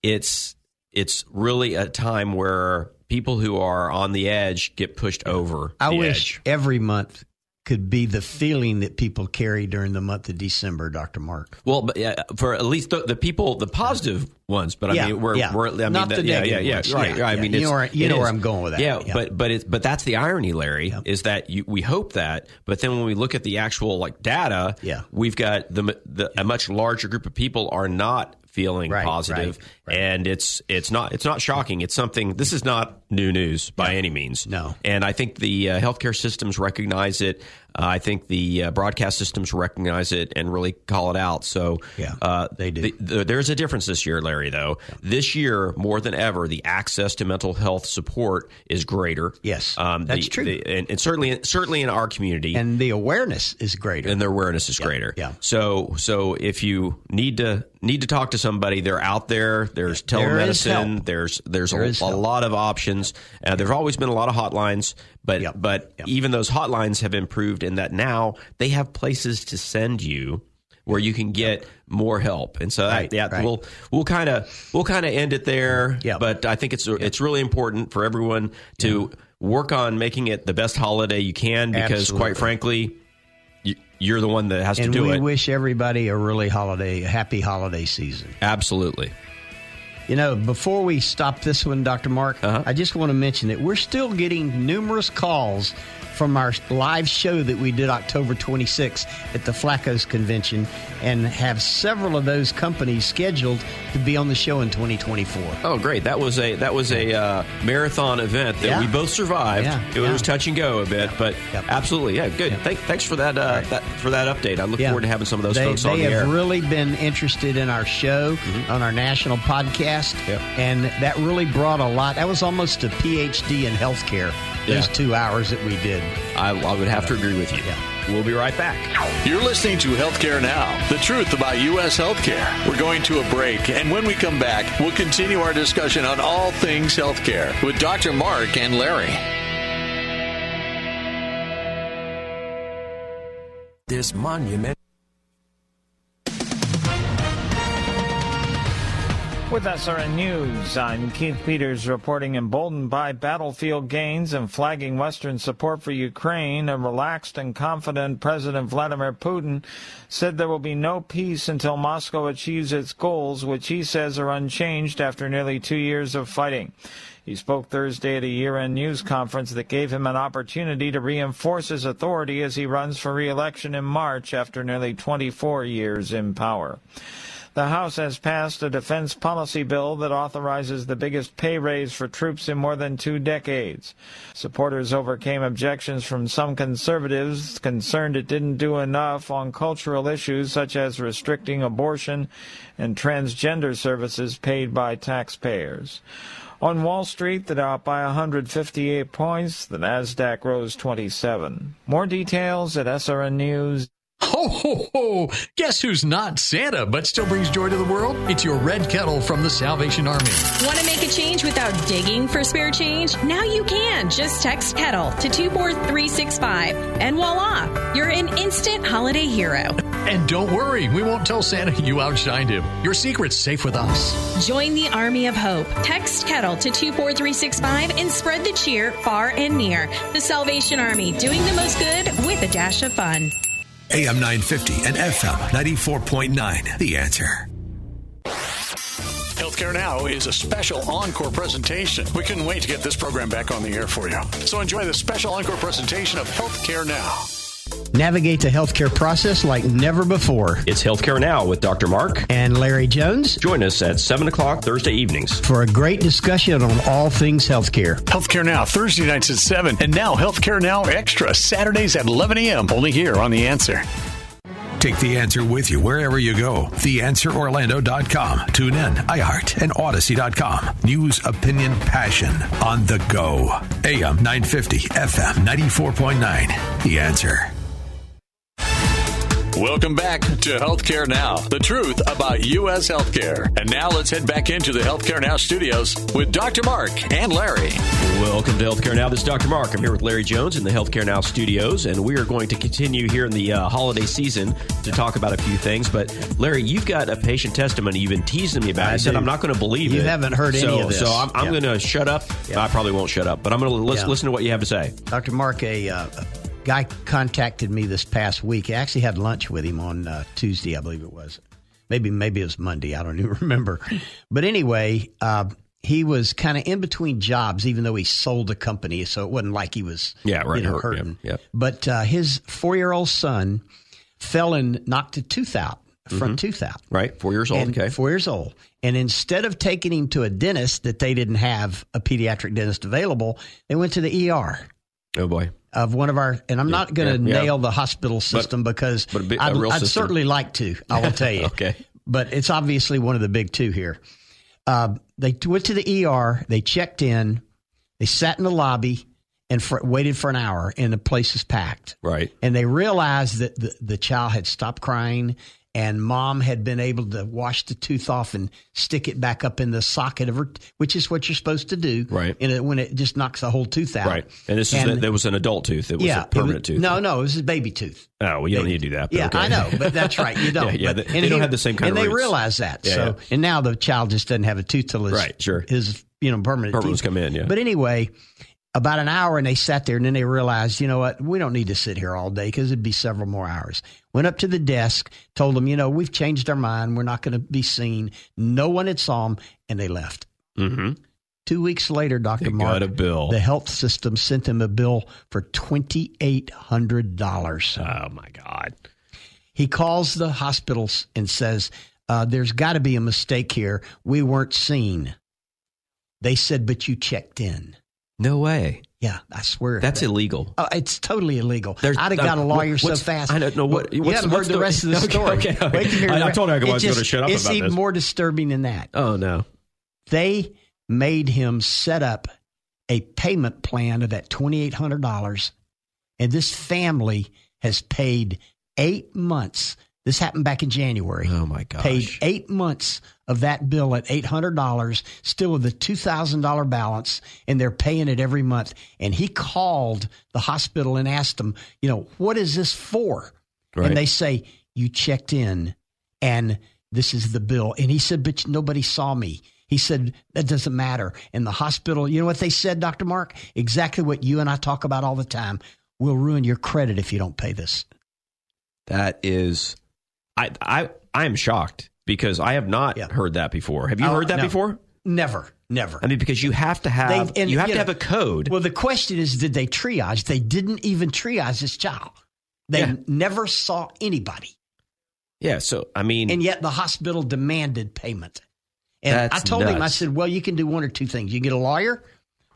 C: it's it's really a time where people who are on the edge get pushed over.
D: I
C: the
D: wish
C: edge.
D: every month could be the feeling that people carry during the month of December, Dr. Mark.
C: Well, but, yeah, for at least the, the people, the positive ones. But I
D: Yeah,
C: mean, we're,
D: yeah.
C: we're I mean,
D: Not
C: that-
D: the
C: yeah, yeah,
D: negative
C: yeah,
D: ones.
C: right. right.
D: Yeah,
C: I
D: yeah.
C: mean,
D: You
C: it's-
D: know where- you
C: it
D: know where
C: is.
D: I'm going with that.
C: Yeah,
D: Yeah.
C: but but it's but that's the irony, Larry, is that you, we hope that, but then when we look at the actual like data,
D: Yeah.
C: we've got the, m- the a much larger group of people are not feeling
D: Right,
C: positive,
D: right, right.
C: and it's it's not it's not shocking. It's something. This is not new news by any means.
D: No.
C: And I think the uh, healthcare systems recognize it. Uh, I think the uh, broadcast systems recognize it and really call it out. So
D: Yeah,
C: uh,
D: they do.
C: The, the, there's a difference this year, Larry. Though this year, more than ever, the access to mental health support is greater. Um,
D: Yes,
C: the-
D: that's true.
C: the- and, and certainly, certainly in our community,
D: And the awareness is greater.
C: and their awareness is greater.
D: yeah.
C: So, so if you need to need to talk to somebody, they're out there. There's
D: There is
C: telemedicine.
D: help.
C: there's there's
D: There
C: a,
D: is
C: a
D: help.
C: lot of options. Uh, there's always been a lot of hotlines, but
D: Yep.
C: but
D: Yep.
C: even those hotlines have improved in that now they have places to send you where you can get more help. And so that,
D: Right,
C: yeah,
D: right.
C: we'll we'll kind of we'll kind of end it there.
D: Yep.
C: But I think it's it's really important for everyone to. Work on making it the best holiday you can because, quite
D: Absolutely.
C: frankly, you- you're the one that has
D: And
C: to do
D: we
C: it.
D: wish everybody a really holiday, a happy holiday season.
C: Absolutely.
D: You know, before we stop this one, Dr. Mark,
C: Uh-huh.
D: I just want to mention that we're still getting numerous calls from our live show that we did October 26th at the Flacco's Convention and have several of those companies scheduled to be on the show in 2024.
C: Oh, great! That was a that was a uh, marathon event that
D: Yeah.
C: we both survived.
D: Yeah,
C: It was
D: yeah.
C: touch and go a bit, but
D: Yep.
C: absolutely, yeah, good. Thank, thanks for that, uh, that for that update. I look forward to having some of those
D: they,
C: folks
D: they
C: on the
D: have
C: air. Mm-hmm.
D: really been interested in our show on our national podcast,
C: Yep.
D: and that really brought a lot. That was almost a PhD in healthcare. Those
C: Yeah.
D: two hours that we did.
C: I, I would have to agree with you.
D: Yeah.
C: We'll be right back.
B: You're listening to Healthcare Now, the truth about U.S. healthcare. We're going to a break, and when we come back, we'll continue our discussion on all things healthcare with Dr. Mark and Larry.
E: This monument.
F: With SRN News, I'm Keith Peters reporting emboldened by battlefield gains and flagging Western support for Ukraine, a relaxed and confident President Vladimir Putin said there will be no peace until Moscow achieves its goals, which he says are unchanged after nearly two years of fighting. He spoke Thursday at a year-end news conference that gave him an opportunity to reinforce his authority as he runs for re-election in March after nearly 24 years in power. The House has passed a defense policy bill that authorizes the biggest pay raise for troops in more than two decades. Supporters overcame objections from some conservatives concerned it didn't do enough on cultural issues such as restricting abortion and transgender services paid by taxpayers. On Wall Street, the Dow up by 158 points, the Nasdaq rose 27. More details at srnnews.com.
G: Ho, Oh, ho, ho! Guess who's not Santa, but still brings joy to the world? It's your red kettle from the Salvation Army.
H: Want to make a change without digging for spare change? Now you can. Just text E kettle to 24365 and voila, you're an instant holiday hero.
G: And don't worry, we won't tell Santa you outshined him. Your secret's safe with us.
H: Join the Army of Hope. Text Kettle to 24365 and spread the cheer far and near. The Salvation Army, doing the most good with a dash of fun.
A: AM 950 and FM 94.9. The answer.
B: Healthcare Now is a special encore presentation. We couldn't wait to get this program back on the air for you. So enjoy the special encore presentation of Healthcare Now.
D: Navigate the healthcare process like never before.
C: It's Healthcare Now with Dr. Mark
D: and Larry Jones.
C: Join us at 7 o'clock Thursday evenings
D: for a great discussion on all things healthcare.
B: Healthcare Now, Thursday nights at 7, and now Healthcare Now Extra, Saturdays at 11 a.m., only here on The Answer.
A: Take the answer with you wherever you go. TheAnswerOrlando.com. Tune in, iHeart, and Odyssey.com. News, opinion, passion on the go. AM 950, FM 94.9. The answer.
B: Welcome back to Healthcare Now, the truth about U.S. healthcare. And now let's head back into the Healthcare Now studios with Dr. Mark and Larry.
C: Welcome to Healthcare Now. This is Dr. Mark. I'm here with Larry Jones in the Healthcare Now studios, and we are going to continue here in the uh, holiday season to talk about a few things. But Larry, you've got a patient testimony you've been teasing me about. I, I said
D: do.
C: I'm not going to believe
D: You
C: it.
D: haven't heard
C: so,
D: any of this.
C: So I'm, I'm
D: Yeah.
C: going to shut up. I probably won't shut up, but I'm going to
D: Yeah.
C: listen to what you have to say.
D: Dr. Mark, a, uh, a guy contacted me this past week. I actually had lunch with him on uh, Tuesday, I believe it was. Maybe maybe it was Monday. I don't even remember. But anyway, uh, he was kind of in between jobs, even though he sold the company, so it wasn't like he was
C: Yeah, right,
D: you know,
C: hurt, yeah,
D: hurting.
C: yeah.
D: But uh, his four year old son fell and knocked a tooth out, front tooth out.
C: Right? Four years old.
D: And
C: Mm-hmm. Oh, okay.
D: Four years old. And instead of taking him to a dentist that they didn't have a pediatric dentist available, they went to the ER
C: Oh, boy.
D: of one of our, and I'm not going to
C: yeah, yeah.
D: nail the hospital system because
C: but a big- a
D: I'd,
C: real
D: I'd
C: system.
D: certainly like to. I will tell you.
C: Okay.
D: But it's obviously one of the big two here. Uh, they t- went to the ER. They checked in. They sat in the lobby and for, waited for an hour, and the place was packed.
C: Right.
D: And they realized that the, the child had stopped crying, and mom had been able to wash the tooth off and stick it back up in the socket of her, which is what you're supposed to do.
C: Right.
D: And it, when it just knocks the whole tooth out.
C: Right. And this is, that there was an adult tooth. It was
D: yeah,
C: a
D: it
C: permanent
D: was-
C: tooth.
D: No, no, it was a baby tooth.
C: Oh, well, you don't need to do that. but
D: Yeah,
C: okay.
D: I know, but that's right. You don't.
C: Yeah, yeah,
D: but,
C: they- they don't have the same kind
D: and
C: of
D: they
C: roots.
D: realize that.
C: Yeah,
D: so,
C: yeah.
D: and now the child just doesn't have a tooth till his
C: Right, sure.
D: his you know permanent
C: Permanents
D: teeth
C: come in, yeah.
D: But anyway, about an hour, and they sat there, and then they realized, you know what, we don't need to sit here all day because it'd be several more hours. Went up to the desk, told them, you know, we've changed our mind. We're not going to be seen. No one had saw them, and they left.
C: hmm
D: Two weeks later, Doctor
C: They
D: Mark,
C: got a bill.
D: the health system sent them a bill for twenty eight hundred dollars.
C: Oh, my God.
D: He calls the hospitals and says, uh, There's got to be a mistake here. We weren't seen. They said, But you checked in.
C: No way.
D: Yeah, I swear.
C: That's illegal.
D: Oh, it's totally illegal.
C: There's-
D: I'd have got a
C: uh,
D: lawyer
C: what-
D: so
C: what's-
D: fast.
C: I don't know what-
D: You
C: what's-
D: haven't
C: what's
D: heard the
C: the-
D: rest of the
C: Okay,
D: story.
C: okay, okay.
D: Wait till you hear
C: I-
D: the
C: I
D: re-
C: told her I
D: It's
C: was gonna
D: just-
C: shut up
D: It's
C: about
D: even
C: this.
D: more disturbing than that.
C: Oh, no.
D: They made him set up a payment plan of that $2,800, and this family has paid eight months. This happened back in January
C: Oh, my gosh.
D: paid eight months of that bill at eight hundred dollars, still with a two thousand dollar balance, and they're paying it every month. And he called the hospital and asked them, you know, what is this for?
C: Right.
D: And they say you checked in, and this is the bill. And he said, but nobody saw me. He said that doesn't matter. And the hospital, you know what they said, Doctor Mark? Exactly what you and I talk about all the time. We'll ruin your credit if you don't pay this.
C: That is, I I I am shocked because I have not
D: Yeah.
C: heard that before. Have you
D: Oh,
C: heard that
D: no.
C: before?
D: Never, never.
C: I mean, because you have to have
D: They- and,
C: you have
D: you
C: to
D: know,
C: have a code.
D: Well, the question is, did they triage? They didn't even triage this child. They
C: Yeah.
D: never saw anybody,
C: yeah. So I mean,
D: and yet the hospital demanded payment. And
C: That's
D: I told him, I
C: nuts.
D: said, "Well, you can do one or two things. You get a lawyer,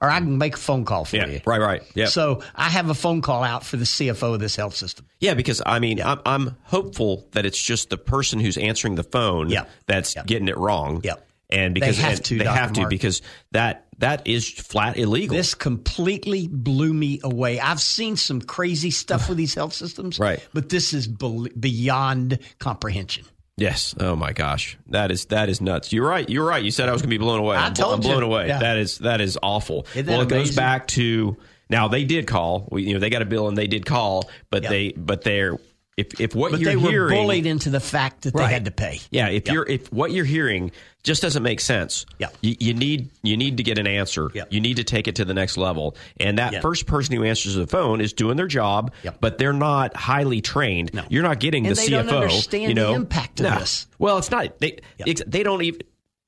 D: or I can make a phone call for
C: yeah.
D: you."
C: Right. Right. Yeah.
D: So I have a phone call out for the CFO of this health system.
C: yeah. Because I mean, I'm, I'm hopeful that it's just the person who's answering the phone
D: Yeah.
C: that's
D: Yeah.
C: getting it wrong.
D: Yeah.
C: And because
D: have
C: and
D: to,
C: they
D: Dr.
C: have to
D: Mark.
C: because that that is flat illegal.
D: This completely blew me away. I've seen some crazy stuff with these health systems,
C: Right.
D: But this is bel beyond comprehension.
C: Yes. Oh my gosh. That is that is nuts. You're right. You're right. You said I was going to be blown away.
D: I
C: I'm,
D: told
C: I'm blown
D: you.
C: away.
D: Yeah.
C: That is that is awful.
D: Isn't that
C: well, it goes
D: amazing?
C: back to now they did call. We, you know, they got a bill and they did call, but
D: Yeah.
C: they but they're If if what
D: but
C: you're
D: they were
C: hearing,
D: bullied into the fact that
C: Right.
D: they had to pay.
C: Yeah, if you're if what you're hearing just doesn't make sense.
D: Yeah.
C: You, you need you need to get an answer.
D: Yeah.
C: You need to take it to the next level. And that
D: Yeah.
C: first person who answers the phone is doing their job, but they're not highly trained. No. You're not getting
D: And
C: the
D: they
C: CFO.
D: don't understand
C: you know,
D: the impact of
C: Nah.
D: this.
C: Well, it's not they it's, they don't even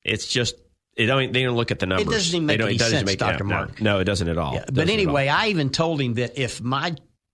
C: it's just it don't, they don't look at the numbers.
D: doesn't even
C: They
D: make
C: don't-
D: any
C: it doesn't
D: sense,
C: make-
D: Dr.
C: no,
D: Mark.
C: No, it doesn't at all. It
D: But
C: doesn't at all.
D: anyway, I even told him that if my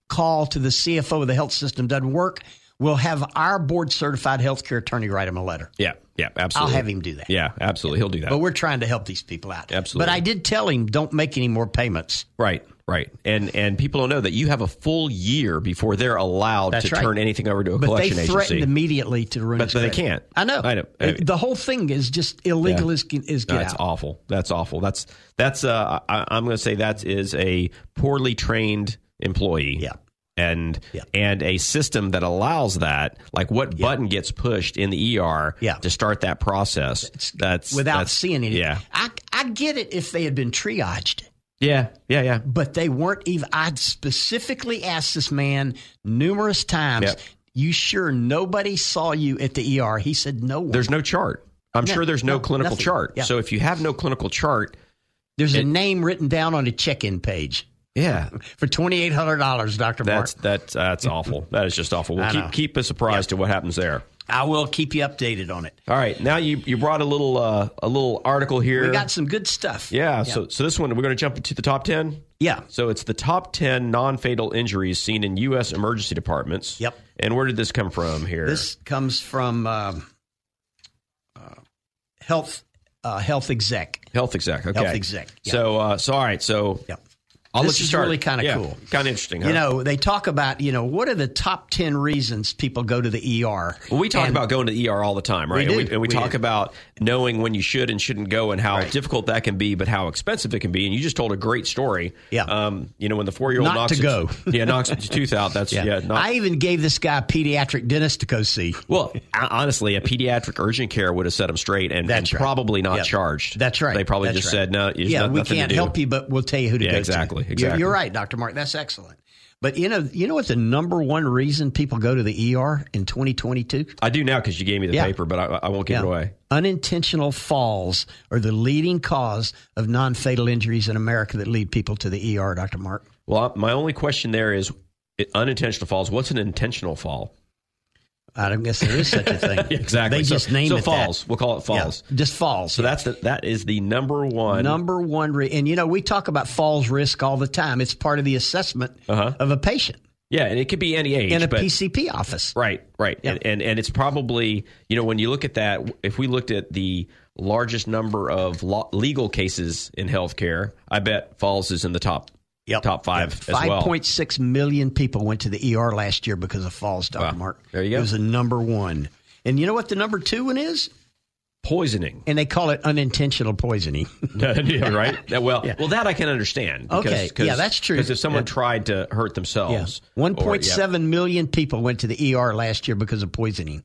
D: call to the CFO of the health system doesn't work, we'll have our board certified healthcare attorney write him a letter.
C: Yeah, yeah, absolutely.
D: have him do that.
C: Yeah, absolutely. He'll do that.
D: But we're trying to help these people out.
C: Absolutely.
D: But I did tell him don't make any more payments.
C: Right, right, and and people don't know that you have a full year before they're allowed
D: That's
C: to
D: right.
C: turn anything over to a
D: But they
C: collection
D: threatened
C: agency.
D: immediately to ruin.
C: But-
D: his
C: but they
D: credit.
C: can't.
D: I know.
C: I know.
D: It- the whole thing is just illegal
C: Yeah.
D: as as, is get
C: That's
D: out.
C: awful. That's awful. That's that's uh, I, I'm going to say that is a poorly trained employee. Yeah. And and a system that allows that, like what button gets pushed in the ER to start that process. that's
D: without
C: that's-
D: seeing anything.
C: Yeah,
D: I I get it if they had been triaged.
C: yeah, yeah, yeah.
D: but they weren't even. I specifically asked this man numerous times.
C: Yep.
D: You sure nobody saw you at the ER? He said no one.
C: There's no chart. I'm
D: No,
C: sure there's no,
D: no,
C: clinical
D: nothing.
C: chart.
D: Yeah.
C: So if you have no clinical chart,
D: There's a
C: it-
D: name written down on a check-in page.
C: Yeah.
D: for twenty eight hundred dollars, Doctor Mark.
C: That's that. That's awful. That is just awful. We'll
D: I
C: keep
D: know.
C: keep us surprised to what happens there.
D: I will keep you updated on it.
C: All right. Now you you brought a little uh, a little article here.
D: We got some good stuff.
C: Yeah, So so this one we're going to jump into the top ten.
D: Yeah.
C: So it's the top ten non-fatal injuries seen in U.S. emergency departments. Yep. And where did this come from? Here.
D: This comes from um, uh, health uh, health exec.
C: health exec. Okay.
D: Health exec, yeah.
C: So uh, so all right. So I'll
D: This
C: let you
D: is
C: start.
D: really kinda
C: Yeah,
D: cool.
C: Kind of interesting.
D: You
C: huh?
D: know, they talk about you know what are the top ten reasons people go to the ER.
C: Well, we talk
D: And-
C: about going to the ER all the time, right?
D: We
C: And,
D: do.
C: we, and we
D: We
C: talk
D: do.
C: about knowing when you should and shouldn't go and how difficult that can be, but how expensive it can be. And you just told a great story. Yeah. Um, you know, when the four year old
D: Not
C: knocks
D: to
C: its-
D: go.
C: yeah, knocks its tooth out. That's yeah. not,
D: I even gave this guy a pediatric dentist to go see.
C: well, ho- honestly, a pediatric urgent care would have set them straight and, and
D: That's right.
C: probably not
D: Yep.
C: charged.
D: That's right.
C: They probably
D: That's
C: just
D: right.
C: said no. There's
D: yeah,
C: no-
D: we
C: nothing
D: can't
C: to do.
D: help you, but we'll tell you who to
C: Yeah,
D: go
C: exactly,
D: to. You're-
C: exactly.
D: You're, right, Doctor Mark. That's excellent. But you know, you know what the number one reason people go to the ER in 2022?
C: I do now because you gave me the
D: Yeah.
C: paper, but I, I won't give
D: Yeah.
C: it away.
D: Unintentional falls are the leading cause of non-fatal injuries in America that lead people to the ER. Doctor Mark.
C: Well, my only question there is it, unintentional falls. What's an intentional fall?
D: I don't guess there is such a thing.
C: exactly.
D: They
C: so,
D: just named
C: so
D: it that.
C: falls. We'll call it falls.
D: Yeah, just falls.
C: So that's the that is the number one.
D: Number one, re- and you know we talk about falls risk all the time. It's part of the assessment
C: Uh-huh.
D: of a patient
C: Yeah, and it could be any age.
D: in a
C: but,
D: PCP office.
C: Right, right. And, and and it's probably you know when you look at that, if we looked at the largest number of law, legal cases in healthcare, I bet Falls is in the top top five as well.
D: Five point six million people went to the ER last year because of falls, Dr. Mark.
C: There you go.
D: It was a number one. And you know what the number two one is?
C: Poisoning.
D: And they call it unintentional poisoning.
C: yeah, right. That- well, well, that I can understand.
D: Okay, yeah, that's true.
C: Because if someone
D: Yeah.
C: tried to hurt themselves,
D: One
C: or-
D: point
C: yeah.
D: seven million people went to the ER last year because of poisoning.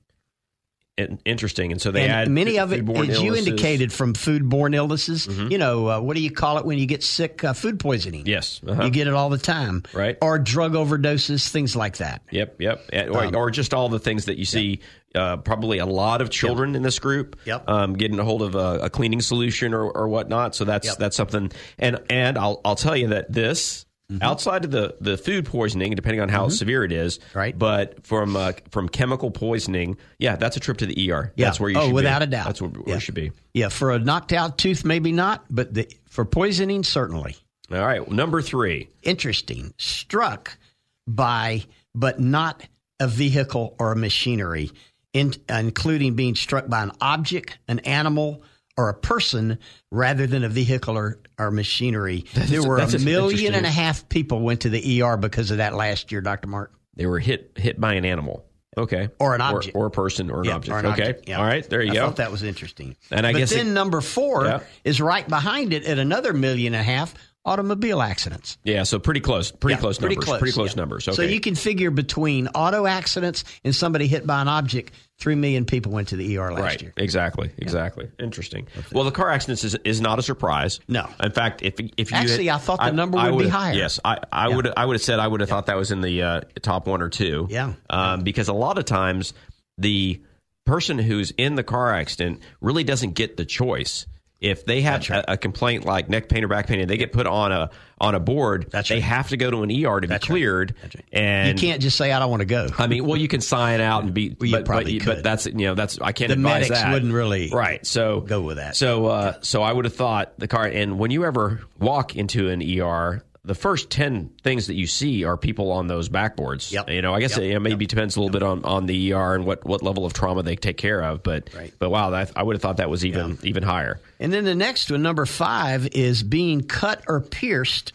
C: In- interesting. And so they
D: and
C: add
D: many of it,
C: foodborne
D: as you
C: illnesses. Mm-hmm.
D: indicated, from foodborne illnesses. You know, uh, what do you call it when you get sick? Uh, food poisoning.
C: Yes, uh-huh.
D: You get it all the time.
C: Right.
D: Or drug overdoses, things like that.
C: Yep, yep. And- Or,
D: Um,
C: or just all the things that you see, uh, probably a lot of children in this group
D: Yep.
C: um, getting a hold of a, a cleaning solution or, or whatnot. So that's
D: Yep.
C: that's something. And and I'll, I'll tell you that this,
D: Mm-hmm.
C: outside of the, the food poisoning, depending on how severe it is, right? but from uh, from chemical poisoning, yeah, that's a trip to the ER.
D: Yeah.
C: That's where you
D: Oh,
C: should be.
D: without a doubt.
C: That's where, where you should be.
D: Yeah, for a knocked out tooth, maybe not, but the, for poisoning, certainly.
C: All right, number three.
D: Interesting. Struck by, but not a vehicle or a machinery, in, including being struck by an object, an animal, or a person rather than a vehicle or, or machinery. there were
C: that's
D: a
C: an
D: million and a
C: interesting-
D: half people went to the ER because of that last year, Dr. Mark.
C: They were hit hit by an animal. Okay.
D: Or an object.
C: Or, a person or an object.
D: or an
C: okay.
D: object, yeah.
C: All right. There you
D: I
C: go.
D: thought that was interesting.
C: and I
D: but
C: guess it-
D: then number four
C: Yeah.
D: is right behind it at another million and a half automobile accidents.
C: Yeah, so pretty close, pretty
D: Yeah,
C: close
D: pretty
C: numbers,
D: close,
C: pretty close
D: yeah.
C: numbers. Okay.
D: So you can figure between auto accidents and somebody hit by an object, three million people went to the ER last
C: right,
D: year.
C: exactly, exactly. Interesting. Well, the car accidents is, is not a surprise.
D: No.
C: in fact, if if you
D: Actually, I thought the number would be
C: would've-
D: higher.
C: Yes, I, I
D: Yeah.
C: would I would have said I would have thought that was in the uh, top one or two.
D: Yeah.
C: um, because a lot of times the person who's in the car accident really doesn't get the choice. If they have a, a complaint like neck pain or back pain, and they get put on a on a board, they have to go to an ER to be cleared. And
D: you can't just say I don't want to go.
C: I mean, well, you can sign out and be,
D: you
C: but,
D: probably
C: but, but
D: could.
C: that's you know that's I can't
D: The
C: advise
D: medics
C: that.
D: wouldn't really
C: right. So
D: go with that.
C: So uh, so I would have thought the car. And when you ever walk into an ER, the first ten things that you see are people on those backboards.
D: Yep.
C: You know, I guess
D: Yep.
C: it, you know, maybe depends a little bit on, on the ER and what, what level of trauma they take care of. But
D: Right.
C: but wow, that, I would have thought that was even even higher.
D: And then the next one, number five, is being cut or pierced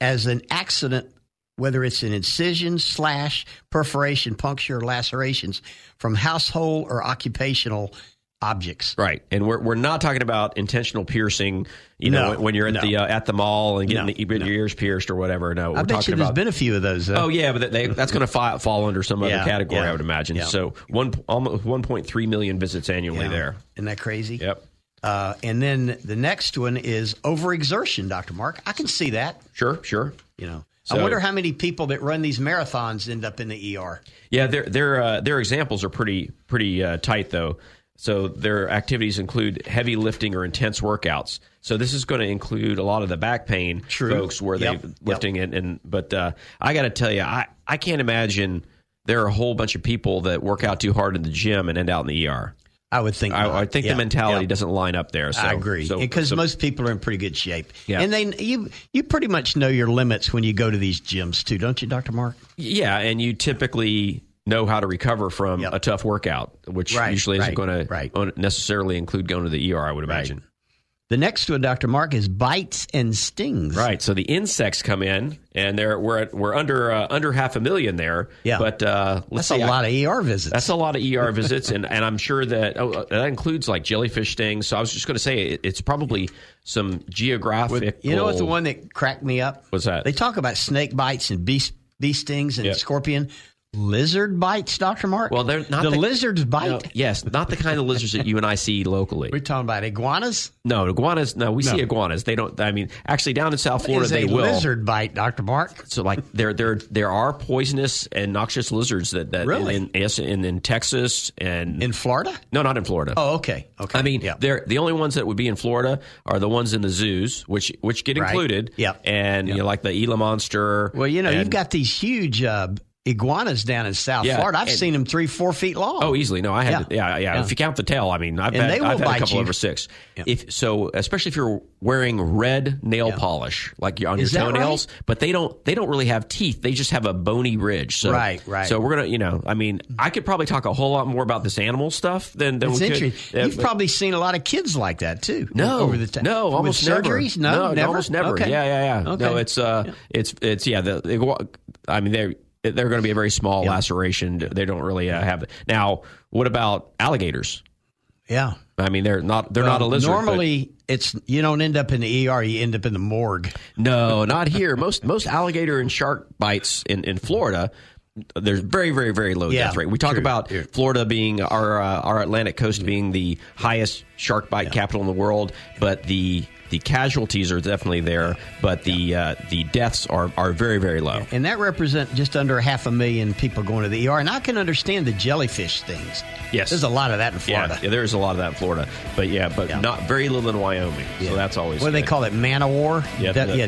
D: as an accident, whether it's an incision, slash, perforation, puncture, or lacerations from household or occupational objects.
C: Right, and we're, we're not talking about intentional piercing. You know,
D: No,
C: when- when you're at
D: no.
C: the uh, at the mall and getting
D: No,
C: the, your ears pierced or whatever. No, we're
D: I bet
C: talking
D: you there's
C: about
D: been a few of those. Though.
C: Oh yeah, but they, that's going to fi- fall under some
D: Yeah,
C: other category,
D: yeah,
C: I would imagine.
D: yeah.
C: So one almost 1.3 million visits annually there.
D: Isn't that crazy?
C: Yep,
D: Uh, and then the next one is overexertion, Dr. Mark. I can see that.
C: sure, sure.
D: You know, I
C: So-
D: wonder how many people that run these marathons end up in the ER.
C: Yeah, their their uh, their examples are pretty pretty uh, tight though. So their activities include heavy lifting or intense workouts. So this is going to include a lot of the back pain
D: True.
C: folks where they
D: Yep,
C: they
D: yep.
C: lifting and, and but uh, I got to tell you, I I can't imagine there are a whole bunch of people that work out too hard in the gym and end out in the ER.
D: I would think. not.
C: I, I think
D: Yeah.
C: the mentality
D: Yeah.
C: doesn't line up there. So,
D: I agree
C: so-
D: because
C: so-
D: most people are in pretty good shape,
C: Yeah.
D: and they you you pretty much know your limits when you go to these gyms too, don't you, Doctor Mark?
C: Yeah, and you typically know how to recover from
D: Yep.
C: a tough workout, which
D: Right,
C: usually
D: right,
C: isn't going
D: right.
C: to necessarily include going to the ER, I would imagine.
D: The next one, Doctor Mark, is bites and stings.
C: Right. So the insects come in, and they're we're at, we're under uh, under half a million there.
D: Yeah.
C: but uh, let's
D: that's
C: see,
D: a
C: I-
D: lot of ER visits.
C: that's a lot of ER visits, and, and I'm sure that oh, uh, that includes like jellyfish stings. So I was just going to say it, it's probably some geographic.
D: you know what the one that cracked me up?
C: What's that?
D: They talk about snake bites and bee bee stings and
C: Yeah.
D: scorpion lizard bites, Doctor Mark.
C: Well, they're not
D: the,
C: the-
D: lizards bite.
C: No, yes, not the kind of lizards that you and I see locally.
D: We're talking about iguanas.
C: No, iguanas. No, we see iguanas. They don't. I mean, actually, down in South Florida,
D: is
C: they
D: a
C: will.
D: lizard bite, Doctor Mark?
C: So, like, there, there, there are poisonous and noxious lizards that that
D: Really?
C: in, yes, in, in Texas and
D: In Florida?
C: no, not in Florida.
D: Oh, okay, okay.
C: I mean,
D: yeah.
C: they're the only ones that would be in Florida are the ones in the zoos, which which get
D: Right.
C: included.
D: Yep.
C: and you know, like the Gila monster.
D: Well, you know, you've
C: and-
D: got these huge uh, iguanas down in South
C: Yeah,
D: Florida. I've
C: and-
D: seen them three, four feet long.
C: Oh, easily. No, I had. Yeah,
D: Yeah.
C: yeah.
D: Yeah.
C: If you count the tail, I mean, I've
D: And they
C: had,
D: will
C: I've had a
D: bite
C: couple
D: you.
C: over six. If so, especially if you're wearing red nail polish, like on
D: Is
C: your
D: that
C: toenails, but they don't. They don't really have teeth. They just have a bony ridge. So,
D: Right, right.
C: So we're gonna, you know, I mean, I could probably talk a whole lot more about this animal stuff than than
D: It's
C: we
D: interesting.
C: could. uh,
D: You've
C: but-
D: probably seen a lot of kids like that too.
C: no,
D: over the time.
C: no,
D: With
C: almost never.
D: surgeries. No, never?
C: almost never.
D: Okay.
C: Yeah, yeah, yeah.
D: Okay.
C: No, it's uh, it's it's yeah. The, the I mean, they're they're going to be a very small laceration. They don't really uh, have. Now, what about alligators?
D: yeah.
C: I mean, they're not they're not a
D: Um,
C: lizard. but-
D: Normally, it's you don't end up in the ER. You end up in the morgue.
C: no, not here. Most most alligator and shark bites in in Florida. There's very, very, very low
D: Yeah,
C: death rate. We talk
D: true. Mm-hmm.
C: about
D: Yeah.
C: Florida being our uh, our Atlantic coast being the highest shark bite capital in the world, but the the casualties are definitely there, but the uh, the deaths are are very, very low.
D: And that represent just under half a million people going to the ER. And I can understand the jellyfish things.
C: Yes.
D: There's a lot of that in Florida.
C: Yeah, yeah, there is a lot of that in Florida, but yeah, but
D: Yeah.
C: not very little in Wyoming. So that's always
D: What do they
C: good.
D: call it? Man of war?
C: Yeah,
D: That-
C: the
D: yeah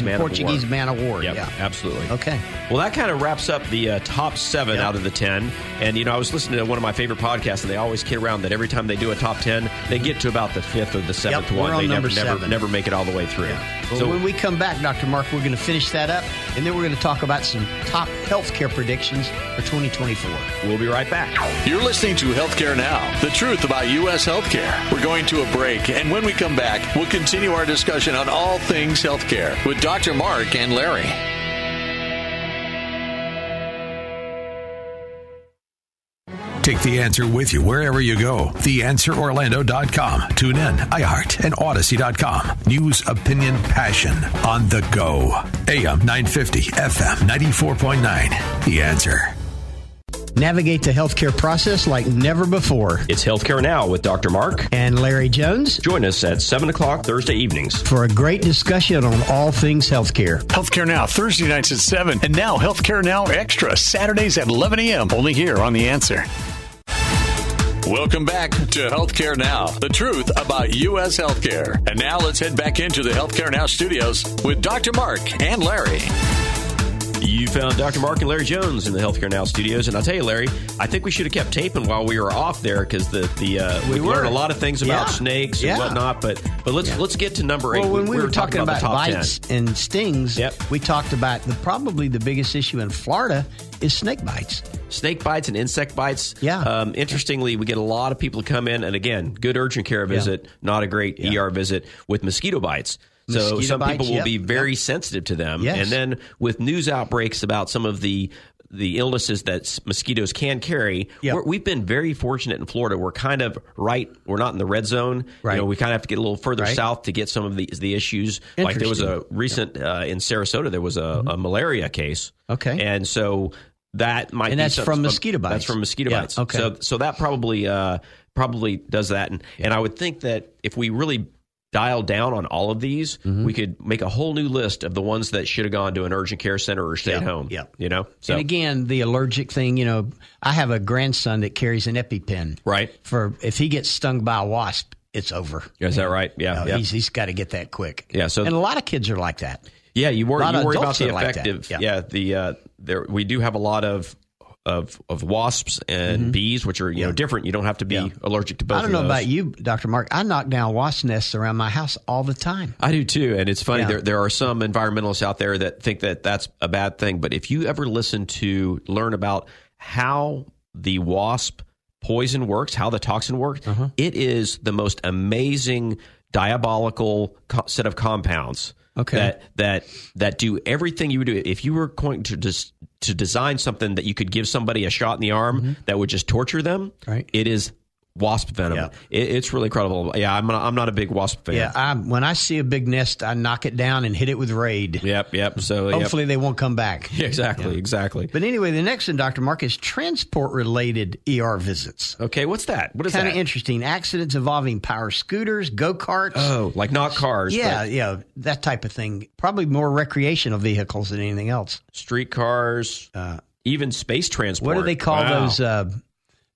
C: Portuguese
D: and
C: man of war.
D: Portuguese man of war.
C: Yep,
D: Yeah.
C: absolutely.
D: Okay.
C: Well, that kind of wraps up the uh, top seven out of the ten. And you know, I was listening to one of my favorite podcasts, and they always kid around that every time they do a top ten, they get to about the fifth or the seventh
D: Mm-hmm. we're
C: one.
D: on
C: they
D: number
C: never, never,
D: seven.
C: never make it all the way through.
D: Well,
C: So
D: when we come back, Dr. Mark, we're going to finish that up, and then we're going to talk about some top healthcare predictions for 2024.
C: we'll be right back.
B: You're listening to Healthcare Now, the truth about U.S. healthcare. We're going to a break, and when we come back, we'll continue our discussion on all things healthcare with Dr. Mark and Larry.
A: Take the answer with you wherever you go. TheAnswerOrlando.com. Tune in, iHeart, and Odyssey.com. News, opinion, passion on the go. AM 950, FM 94.9. The answer.
D: Navigate the healthcare process like never before.
C: It's Healthcare Now with Dr. Mark
D: and Larry Jones.
C: Join us at 7 o'clock Thursday evenings
D: for a great discussion on all things healthcare.
B: Healthcare Now, Thursday nights at 7, and now Healthcare Now Extra, Saturdays at 11 a.m., only here on The Answer. Welcome back to Healthcare Now, the truth about U.S. healthcare. And now let's head back into the Healthcare Now studios with Dr. Mark and Larry.
C: You found Dr. Mark and Larry Jones in the Healthcare Now studios, and I'll tell you, Larry, I think we should have kept taping while we were off there because the the uh, we,
D: were.
C: learned a lot of things about
D: Yeah.
C: snakes
D: Yeah.
C: and whatnot. But but let's let's get to number eight.
D: Well, when we, were, talking, about,
C: the top
D: bites and stings, we talked about the probably the biggest issue in Florida is snake bites.
C: ten, snake bites and insect bites.
D: Yeah.
C: Um, interestingly, we get a lot of people to come in, and again, good urgent care visit, not a great ER visit with mosquito bites. So
D: Mosquito
C: some people
D: bites,
C: will
D: yep.
C: be very sensitive to them,
D: Yes.
C: and then with news outbreaks about some of the the illnesses that s- mosquitoes can carry, we're, we've been very fortunate in Florida. We're kind of right; we're not in the red zone.
D: Right.
C: You know, we kind of have to get a little further
D: Right.
C: south to get some of the the issues. Like there was a recent uh, in Sarasota, there was a, a malaria case.
D: Mm-hmm. Okay.
C: and so. That might
D: And
C: be
D: that's
C: some-
D: from
C: some-
D: mosquito bites.
C: That's from mosquito
D: Yeah,
C: bites.
D: okay.
C: So so that probably uh, probably does that, and and I would think that if we really dial down on all of these,
D: Mm-hmm.
C: we could make a whole new list of the ones that should have gone to an urgent care center or stay at home.
D: yeah.
C: you know. So
D: And again, the allergic thing, you know, I have a grandson that carries an EpiPen.
C: right,
D: For if he gets stung by a wasp, it's over.
C: is that right? Yeah,
D: Uh,
C: yeah.
D: He's, he's got to get that quick.
C: Yeah, so-
D: and a lot of kids are like that.
C: Yeah, you worry,
D: A lot
C: you
D: of
C: worry about
D: adults
C: the
D: are like that,
C: effective.
D: yeah.
C: yeah. the uh, there we do have a lot of of of wasps and bees, which are you know different. You don't have to be allergic to both.
D: Mm-hmm. I don't
C: of
D: know
C: those.
D: about you, Dr. Mark. I knock down wasp nests around my house all the time.
C: I do too, and it's funny.
D: Yeah.
C: There there are some environmentalists out there that think that that's a bad thing, but if you ever listen to learn about how the wasp poison works, how the toxin works,
D: Uh-huh.
C: it is the most amazing diabolical co- set of compounds.
D: Okay.
C: That that that do everything you would do if you were going to just to design something that you could give somebody a shot in the arm that would just torture them.
D: Mm-hmm. Right.
C: It is wasp venom.
D: Yeah.
C: It, it's really credible. Yeah, I'm not, I'm not a big wasp fan.
D: Yeah, I, when I see a big nest, I knock it down and hit it with Raid.
C: Yep, yep. So yep.
D: Hopefully, they won't come back.
C: Oh, Yeah, exactly, exactly.
D: But anyway, the next one, Dr. Mark, is transport related ER visits.
C: Okay, what's that? What is
D: Kind of
C: that?
D: interesting. Accidents involving power scooters, go karts.
C: oh, like not cars.
D: yeah,
C: but
D: yeah, that type of thing. Probably more recreational vehicles than anything else.
C: street cars, even space transport.
D: Uh, What do they call
C: Wow.
D: those uh,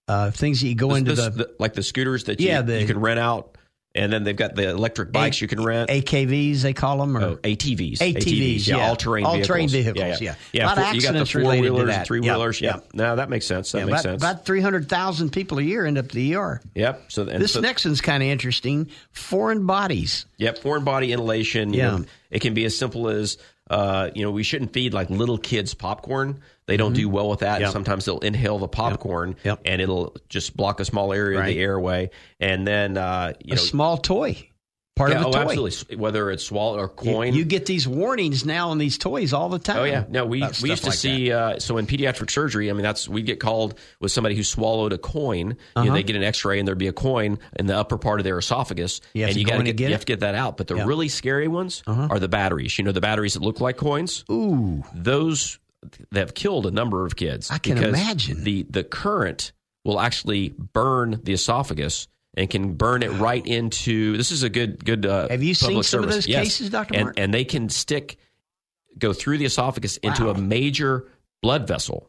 D: uh, things that you go
C: This-
D: into
C: this-
D: the,
C: the- like the scooters that you,
D: Yeah, the-
C: you can rent out, and then they've got the electric bikes you can rent.
D: AKVs, they call them? Or,
C: Oh, ATVs,
D: ATVs, yeah.
C: all terrain,
D: All-terrain vehicles, yeah. A lot of
C: four- you got the
D: accidents related to
C: four-wheelers,
D: that.
C: three-wheelers.
D: Yep,
C: Yeah, no, that makes sense. That
D: Yeah,
C: makes
D: about,
C: sense.
D: about 300,000 people a year end up at the ER.
C: yep. So and
D: this
C: so-
D: next one's kind of interesting. Foreign bodies.
C: Yep, foreign body inhalation. you
D: Yeah.
C: know, it can be as simple as uh, you know we shouldn't feed like little kids popcorn. They don't do well with that.
D: Mm-hmm. Yep.
C: Sometimes they'll inhale the popcorn,
D: Yep.
C: and it'll just block a small area of
D: Right.
C: the airway. And then uh, you
D: a
C: know,
D: small toy, part
C: yeah,
D: of a
C: oh,
D: toy.
C: absolutely. S- Whether it's swallow or
D: You-
C: coin,
D: You get these warnings now on these toys all the time.
C: Oh yeah, no, we
D: about
C: we
D: stuff
C: used to
D: like that.
C: see uh, so in pediatric surgery. I mean, that's we get called with somebody who swallowed a coin.
D: Uh-huh.
C: You know, they get an X-ray and there'd be a coin in the upper part of their esophagus,
D: You have
C: and
D: to
C: you
D: go
C: gotta
D: in
C: get,
D: and get
C: you
D: it? Uh-huh.
C: have to get that out. But the really scary ones are the batteries. You know, the batteries that look like coins. Ooh, those that have killed a number of kids.
D: I can
C: because
D: imagine.
C: the the current will actually burn the esophagus. And can burn it right into. This is a good, good. Uh,
D: Have you seen
C: public
D: some of
C: service.
D: those
C: Yes.
D: cases, Dr.
C: And,
D: Mark?
C: and they can stick go through the esophagus into
D: Wow.
C: a major blood vessel.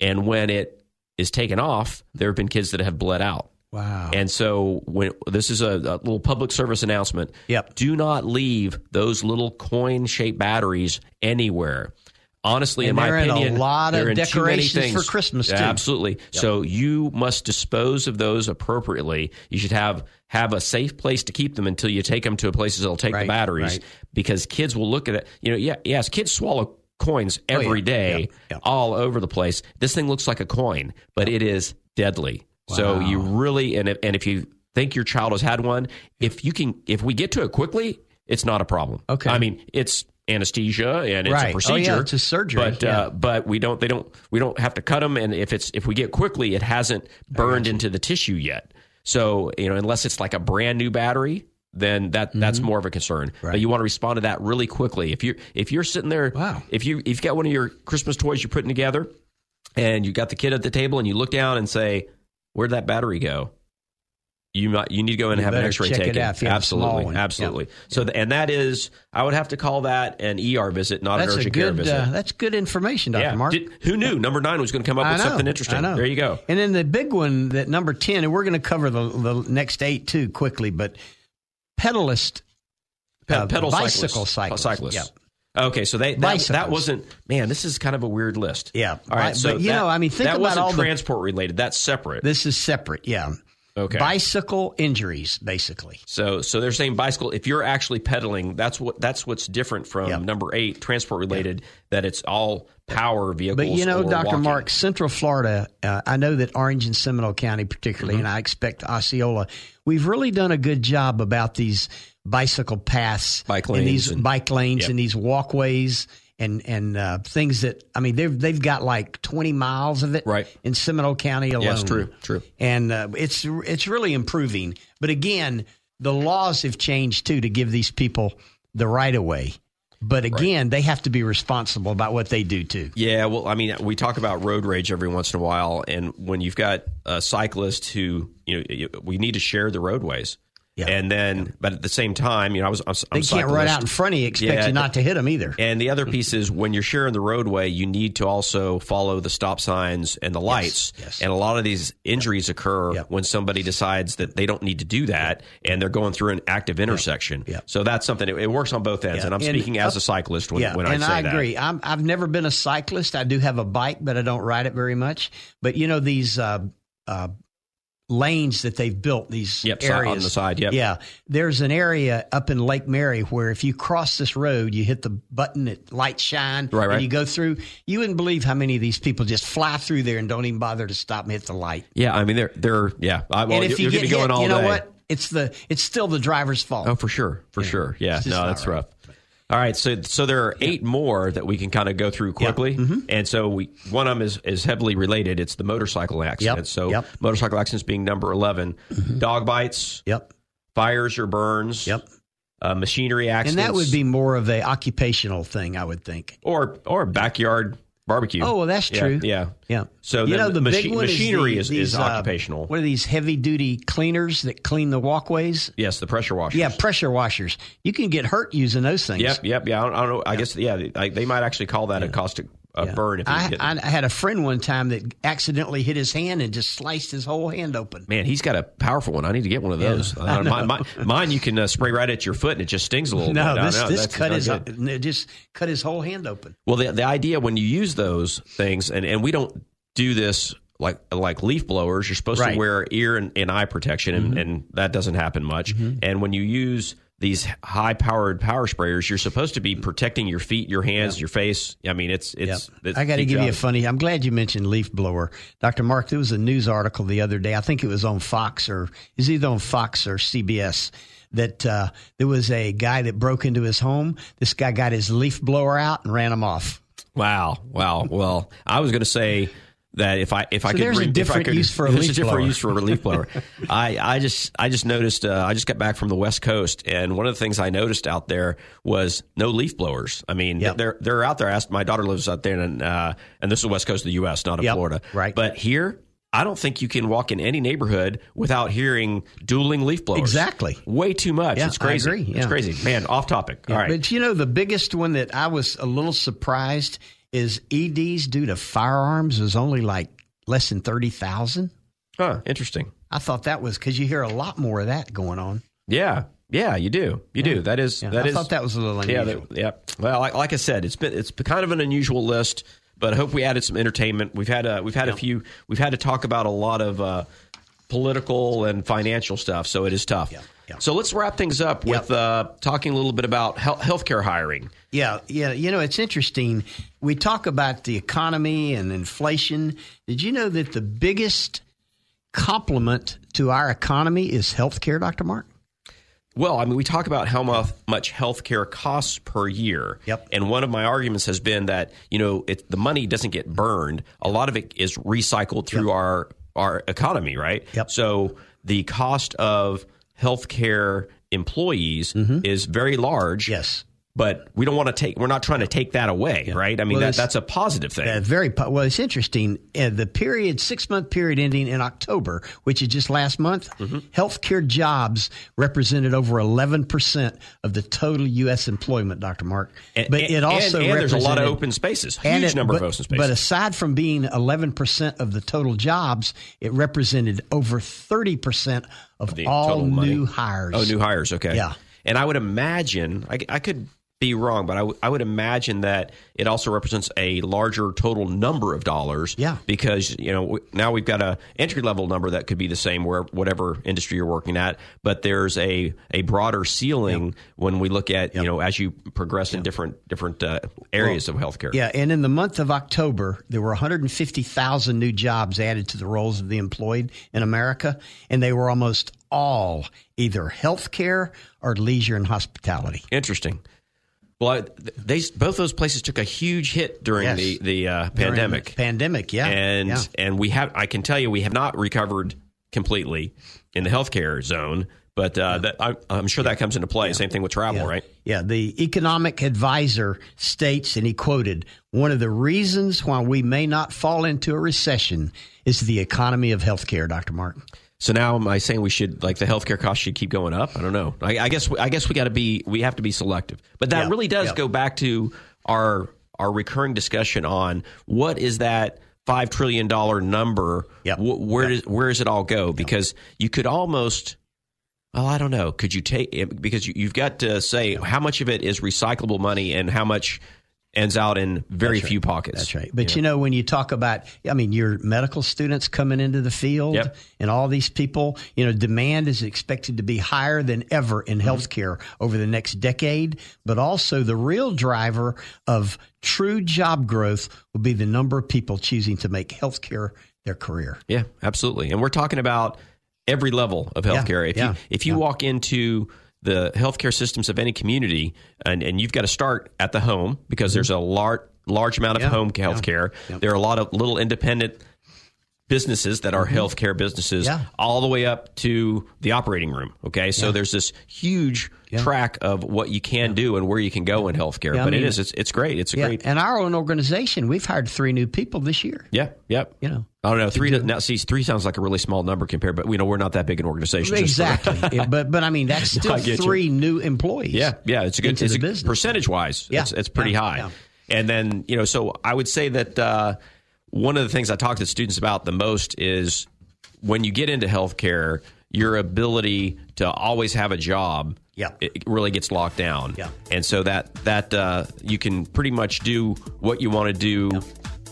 C: And when it is taken off, there have been kids that have bled out.
D: Wow.
C: And so when this is a, a little public service announcement.
D: Yep.
C: Do not leave those little coin shaped batteries anywhere. Honestly,
D: And
C: in my
D: they're in a
C: opinion,
D: lot of
C: they're in too many
D: decorations
C: things.
D: for Christmas,
C: Yeah,
D: too.
C: Absolutely. So you must dispose of those appropriately. You should have have a safe place to keep them until you take them to a place that'll take
D: Right,
C: the batteries
D: right.
C: because kids will look at it. You know, yeah, yes, kids swallow coins every
D: Oh, yeah,
C: day,
D: yeah, yeah.
C: all over the place. This thing looks like a coin, but it is deadly. So you really and if, and if you think your child has had one, if you can, if we get to it quickly, it's not a problem.
D: Okay.
C: I mean, it's anesthesia and it's
D: Right.
C: a
D: Oh,
C: procedure.
D: yeah, it's a surgery,
C: But
D: yeah.
C: uh, but we don't they don't we don't have to cut them. And if it's if we get quickly, it hasn't burned into the tissue yet. So you know, unless it's like a brand new battery, then that
D: Mm-hmm.
C: that's more of a concern. But you want to respond to that really quickly. If you if you're sitting there, wow. if you if you've got one of your Christmas toys you're putting together, and you got the kid at the table, and you look down and say, "Where'd that battery go?" You might you need to go in and
D: You
C: have an
D: better
C: X-ray
D: check it
C: taken.
D: out, yeah, small
C: absolutely,
D: one.
C: absolutely. So th- and that is, I would have to call that an ER visit, not
D: That's
C: an
D: a
C: urgent care
D: good.
C: visit.
D: Uh, that's good information, Doctor
C: yeah.
D: Mark.
C: Did- who knew number nine was going to come up
D: I
C: with
D: know,
C: something interesting?
D: I know.
C: There you go.
D: And then the big one, that number ten, and we're going to cover the, the next eight too quickly, but pedalist,
C: Pe-
D: uh,
C: pedal
D: bicycle
C: cyclists.
D: cyclists,
C: Cyclists.
D: Yep.
C: Okay, so they that, that
D: Bicycles.
C: wasn't man. This is kind of a weird list.
D: Yeah.
C: All right.
D: But,
C: so
D: you
C: that-
D: know, I mean, think
C: that
D: about
C: wasn't
D: all the-
C: transport related. That's separate.
D: This is separate. Yeah.
C: okay.
D: Bicycle injuries, basically.
C: So so they're saying bicycle. If you're actually pedaling, that's what that's what's different from
D: Yep.
C: number eight, transport related. That it's all power vehicles.
D: But you know,
C: or
D: Dr.
C: walking.
D: Mark, Central Florida, uh, I know that Orange and Seminole County, particularly,
C: Mm-hmm.
D: and I expect Osceola, we've really done a good job about these bicycle paths,
C: Bike
D: and
C: lanes
D: these
C: and-
D: bike lanes,
C: Yep.
D: and these walkways, and and uh, things that I mean, they've they've got like twenty miles of it
C: Right.
D: in Seminole County alone.
C: Yes, true, true.
D: and uh, it's it's really improving. But again, the laws have changed too to give these people the right of way. But again, they have to be responsible about what they do too.
C: Yeah, well, I mean, we talk about road rage every once in a while, and when you've got a cyclist who, you know, you- we need to share the roadways,
D: Yeah.
C: and then, but at the same time, you know, I was, I'm,
D: They
C: I'm
D: can't run
C: cyclist.
D: out Mm-hmm. in front of you, expect
C: Yeah,
D: you not to hit them either.
C: And the other piece is when you're sharing the roadway, you need to also follow the stop signs and the lights.
D: yes.
C: And a lot of these injuries occur
D: Yep.
C: when somebody decides that they don't need to do that and they're going through an active intersection.
D: Yep.
C: So that's something, it, it works on both ends.
D: Yeah.
C: And I'm
D: And
C: speaking as
D: up-
C: a cyclist when,
D: yeah,
C: when
D: and
C: I say
D: I
C: that.
D: agree. I'm, I've never been a cyclist. I do have a bike, but I don't ride it very much. But you know these uh, uh, lanes that they've built, these
C: Yep, si- on
D: areas
C: the side, yep.
D: Yeah, there's an area up in Lake Mary where if you cross this road, you hit the button, it lights shine,
C: Right, right.
D: and you go through. You wouldn't believe how many of these people just fly through there and don't even bother to stop and hit the light.
C: Yeah, I mean, they're, they're yeah. I, well,
D: and if
C: you're,
D: you
C: going
D: get
C: to be going
D: hit,
C: all
D: you know
C: day.
D: what? It's the it's still the driver's fault.
C: Oh, for sure, for sure. Yeah,
D: It's just
C: no,
D: not
C: that's
D: right.
C: rough. All right, so so there are eight more that we can kind of go through quickly,
D: Mm-hmm.
C: and so we one of them is, is heavily related. It's the motorcycle accident. So
D: yep. Mm-hmm.
C: motorcycle accidents being number 11 dog bites,
D: Yep.
C: fires or burns,
D: Yep.
C: uh, machinery
D: And
C: accidents,
D: that would be more of a occupational thing, I would think.
C: or or backyard barbecue.
D: Oh, well, that's
C: Yeah,
D: true.
C: Yeah,
D: Yeah.
C: So
D: you
C: the
D: know the
C: machi-
D: big one
C: machinery
D: is,
C: is,
D: the-
C: is
D: these, uh,
C: occupational.
D: what are these heavy duty cleaners that clean the walkways?
C: yes, the pressure washer.
D: Yeah, pressure washers. You can get hurt using those things.
C: Yep, yep, yeah. I don't, I don't know. I guess yeah, they, I, they might actually call that a caustic uh,
D: Yeah.
C: burn. If you
D: I,
C: get-
D: I, I had a friend one time that accidentally hit his hand and just sliced his whole hand open.
C: Man, he's got a powerful one. I need to get one of those.
D: I
C: Uh, mine, mine, mine you can uh, spray right at your foot and it just stings a little
D: No,
C: bit. I
D: this
C: know,
D: this
C: Oh, that's
D: cut
C: not
D: his
C: good.
D: it just cut his whole hand open.
C: Well, the, the idea when you use those things, and, and we don't do this like like leaf blowers, you're supposed
D: Right. Mm-hmm.
C: to wear ear and, and eye protection, and, and that doesn't happen much. And when you use these high powered power sprayers, you're supposed to be protecting your feet, your hands, your face. I mean, it's it's. it's
D: I got to
C: big
D: give you a
C: job.
D: funny. I'm glad you mentioned leaf blower, Doctor Mark. There was a news article the other day. I think it was on Fox or is either on Fox or CBS that uh, there was a guy that broke into his home. This guy got his leaf blower out and ran him off.
C: Wow, wow. Well, I was going to say that if I if I
D: So
C: could,
D: there's a
C: if I
D: different
C: could-
D: use for a
C: there's
D: leaf
C: a different
D: blower.
C: use for a leaf blower. I I just I just noticed uh, I just got back from the West Coast, and one of the things I noticed out there was no leaf blowers. I mean,
D: Yep.
C: they're they're out there. I asked my daughter lives out there, and uh, and this is the West Coast of the U.S., not of
D: Yep,
C: Florida,
D: right.
C: But here. I don't think you can walk in any neighborhood without hearing dueling leaf blowers.
D: Exactly.
C: Way too much.
D: Yeah,
C: it's crazy.
D: I agree,
C: It's
D: yeah.
C: crazy. Man, off topic. All right.
D: But you know, the biggest one that I was a little surprised is EDs due to firearms was only like less than thirty thousand.
C: Huh, interesting.
D: I thought that was because you hear a lot more of that going on.
C: Yeah, yeah, you do, you do. That is
D: Yeah,
C: that
D: I
C: is-
D: thought that was a little
C: Yeah,
D: unusual.
C: that- yeah. Well, like, like I said, it's been it's been kind of an unusual list, but I hope we added some entertainment. We've had a we've had a few we've had to talk about a lot of uh, political and financial stuff, so it is tough.
D: yeah.
C: So let's wrap things up with uh, talking a little bit about health, healthcare hiring.
D: Yeah, yeah. You know, it's interesting. We talk about the economy and inflation. Did you know that the biggest compliment to our economy is healthcare, Dr. Mark?
C: Well, I mean, we talk about how mu- much health care costs per year. Yep. And one of my arguments has been that, you know, it, the money doesn't get burned. A lot of it is recycled through our, our economy, right? Yep. So the cost of health care employees is very large.
D: Mm-hmm. Yes.
C: But we don't want to take, we're not trying to take that away, right? I mean,
D: Well,
C: that,
D: it's-
C: that's a positive thing.
D: Uh, very po- well. It's interesting. Uh, the period, six month period ending in October, which is just last month,
C: Mm-hmm.
D: healthcare jobs represented over eleven percent of the total U.S. employment. Doctor Mark,
C: And-
D: but
C: and-
D: it also
C: and, and there's a lot of
D: represented-
C: open spaces, huge
D: And it-
C: number
D: but-
C: of open spaces.
D: But aside from being 11% of the total jobs, it represented over 30% of
C: the
D: all
C: total money.
D: new hires.
C: Oh, new hires. Okay.
D: Yeah.
C: And I would imagine, I, I could be wrong, but I, w- I would imagine that it also represents a larger total number of dollars.
D: Yeah.
C: Because, you know, w- now we've got a entry level number that could be the same where whatever industry you're working at, but there's a, a broader ceiling when we look at, you know, as you progress in different, different uh, areas of healthcare.
D: Yeah, and in the month of October, there were 150,000 new jobs added to the roles of the employed in America, and they were almost all either healthcare or leisure and hospitality.
C: Interesting. Well, I, th- they both those places took a huge hit during
D: Yes.
C: the the uh,
D: During the
C: pandemic.
D: pandemic, yeah,
C: and
D: yeah.
C: and we have I can tell you we have not recovered completely in the healthcare zone, but uh, that I, I'm sure that comes into play. Same thing with travel, right?
D: Yeah, the economic advisor states, and he quoted, one of the reasons why we may not fall into a recession is the economy of healthcare, Dr. Mark.
C: So now am I saying we should like the healthcare costs should keep going up? I don't know. I, I guess we- I guess we got to be we have to be selective. But that
D: Yeah,
C: really does
D: yeah.
C: go back to our our recurring discussion on what is that five trillion dollar number?
D: Yeah.
C: Wh- where does where does it all go? Because you could almost. Well, I don't know. Could you take it- because you, you've got to say how much of it is recyclable money and how much ends out in very few pockets.
D: That's right. But you know, when you talk about, I mean, your medical students coming into the field
C: Yep.
D: and all these people, you know, demand is expected to be higher than ever in healthcare over the next decade. But also, the real driver of true job growth will be the number of people choosing to make healthcare their career.
C: Yeah, absolutely. And we're talking about every level of healthcare. if
D: yeah,
C: you if you walk into the healthcare systems of any community and, and you've got to start at the home because there's a large large amount of
D: Mm-hmm. Yeah,
C: home
D: yeah,
C: healthcare.
D: yeah.
C: There are a lot of little independent businesses that are healthcare businesses
D: Mm-hmm. Yeah.
C: all the way up to the operating room. Okay. So there's this huge track of what you can do and where you can go in healthcare.
D: Yeah, I
C: but it
D: mean-
C: is it's, it's great. It's a
D: Yeah.
C: great
D: And our own organization, we've hired three new people this year.
C: yeah, yep.
D: You know.
C: I don't know. Three to, now, see, three sounds like a really small number compared, but we know we're not that big an organization. just for-
D: Exactly. Yeah, but but I mean that's
C: No,
D: still
C: I get you.
D: three new employees.
C: Yeah, yeah, it's a good
D: into
C: it's
D: the
C: a,
D: business.
C: percentage wise.
D: Yeah,
C: It's, it's pretty
D: yeah,
C: high.
D: yeah.
C: And then you know, so I would say that uh, one of the things I talk to students about the most is when you get into healthcare, your ability to always have a job.
D: Yeah.
C: it really gets locked down.
D: Yeah.
C: and so that that uh, you can pretty much do what you want to do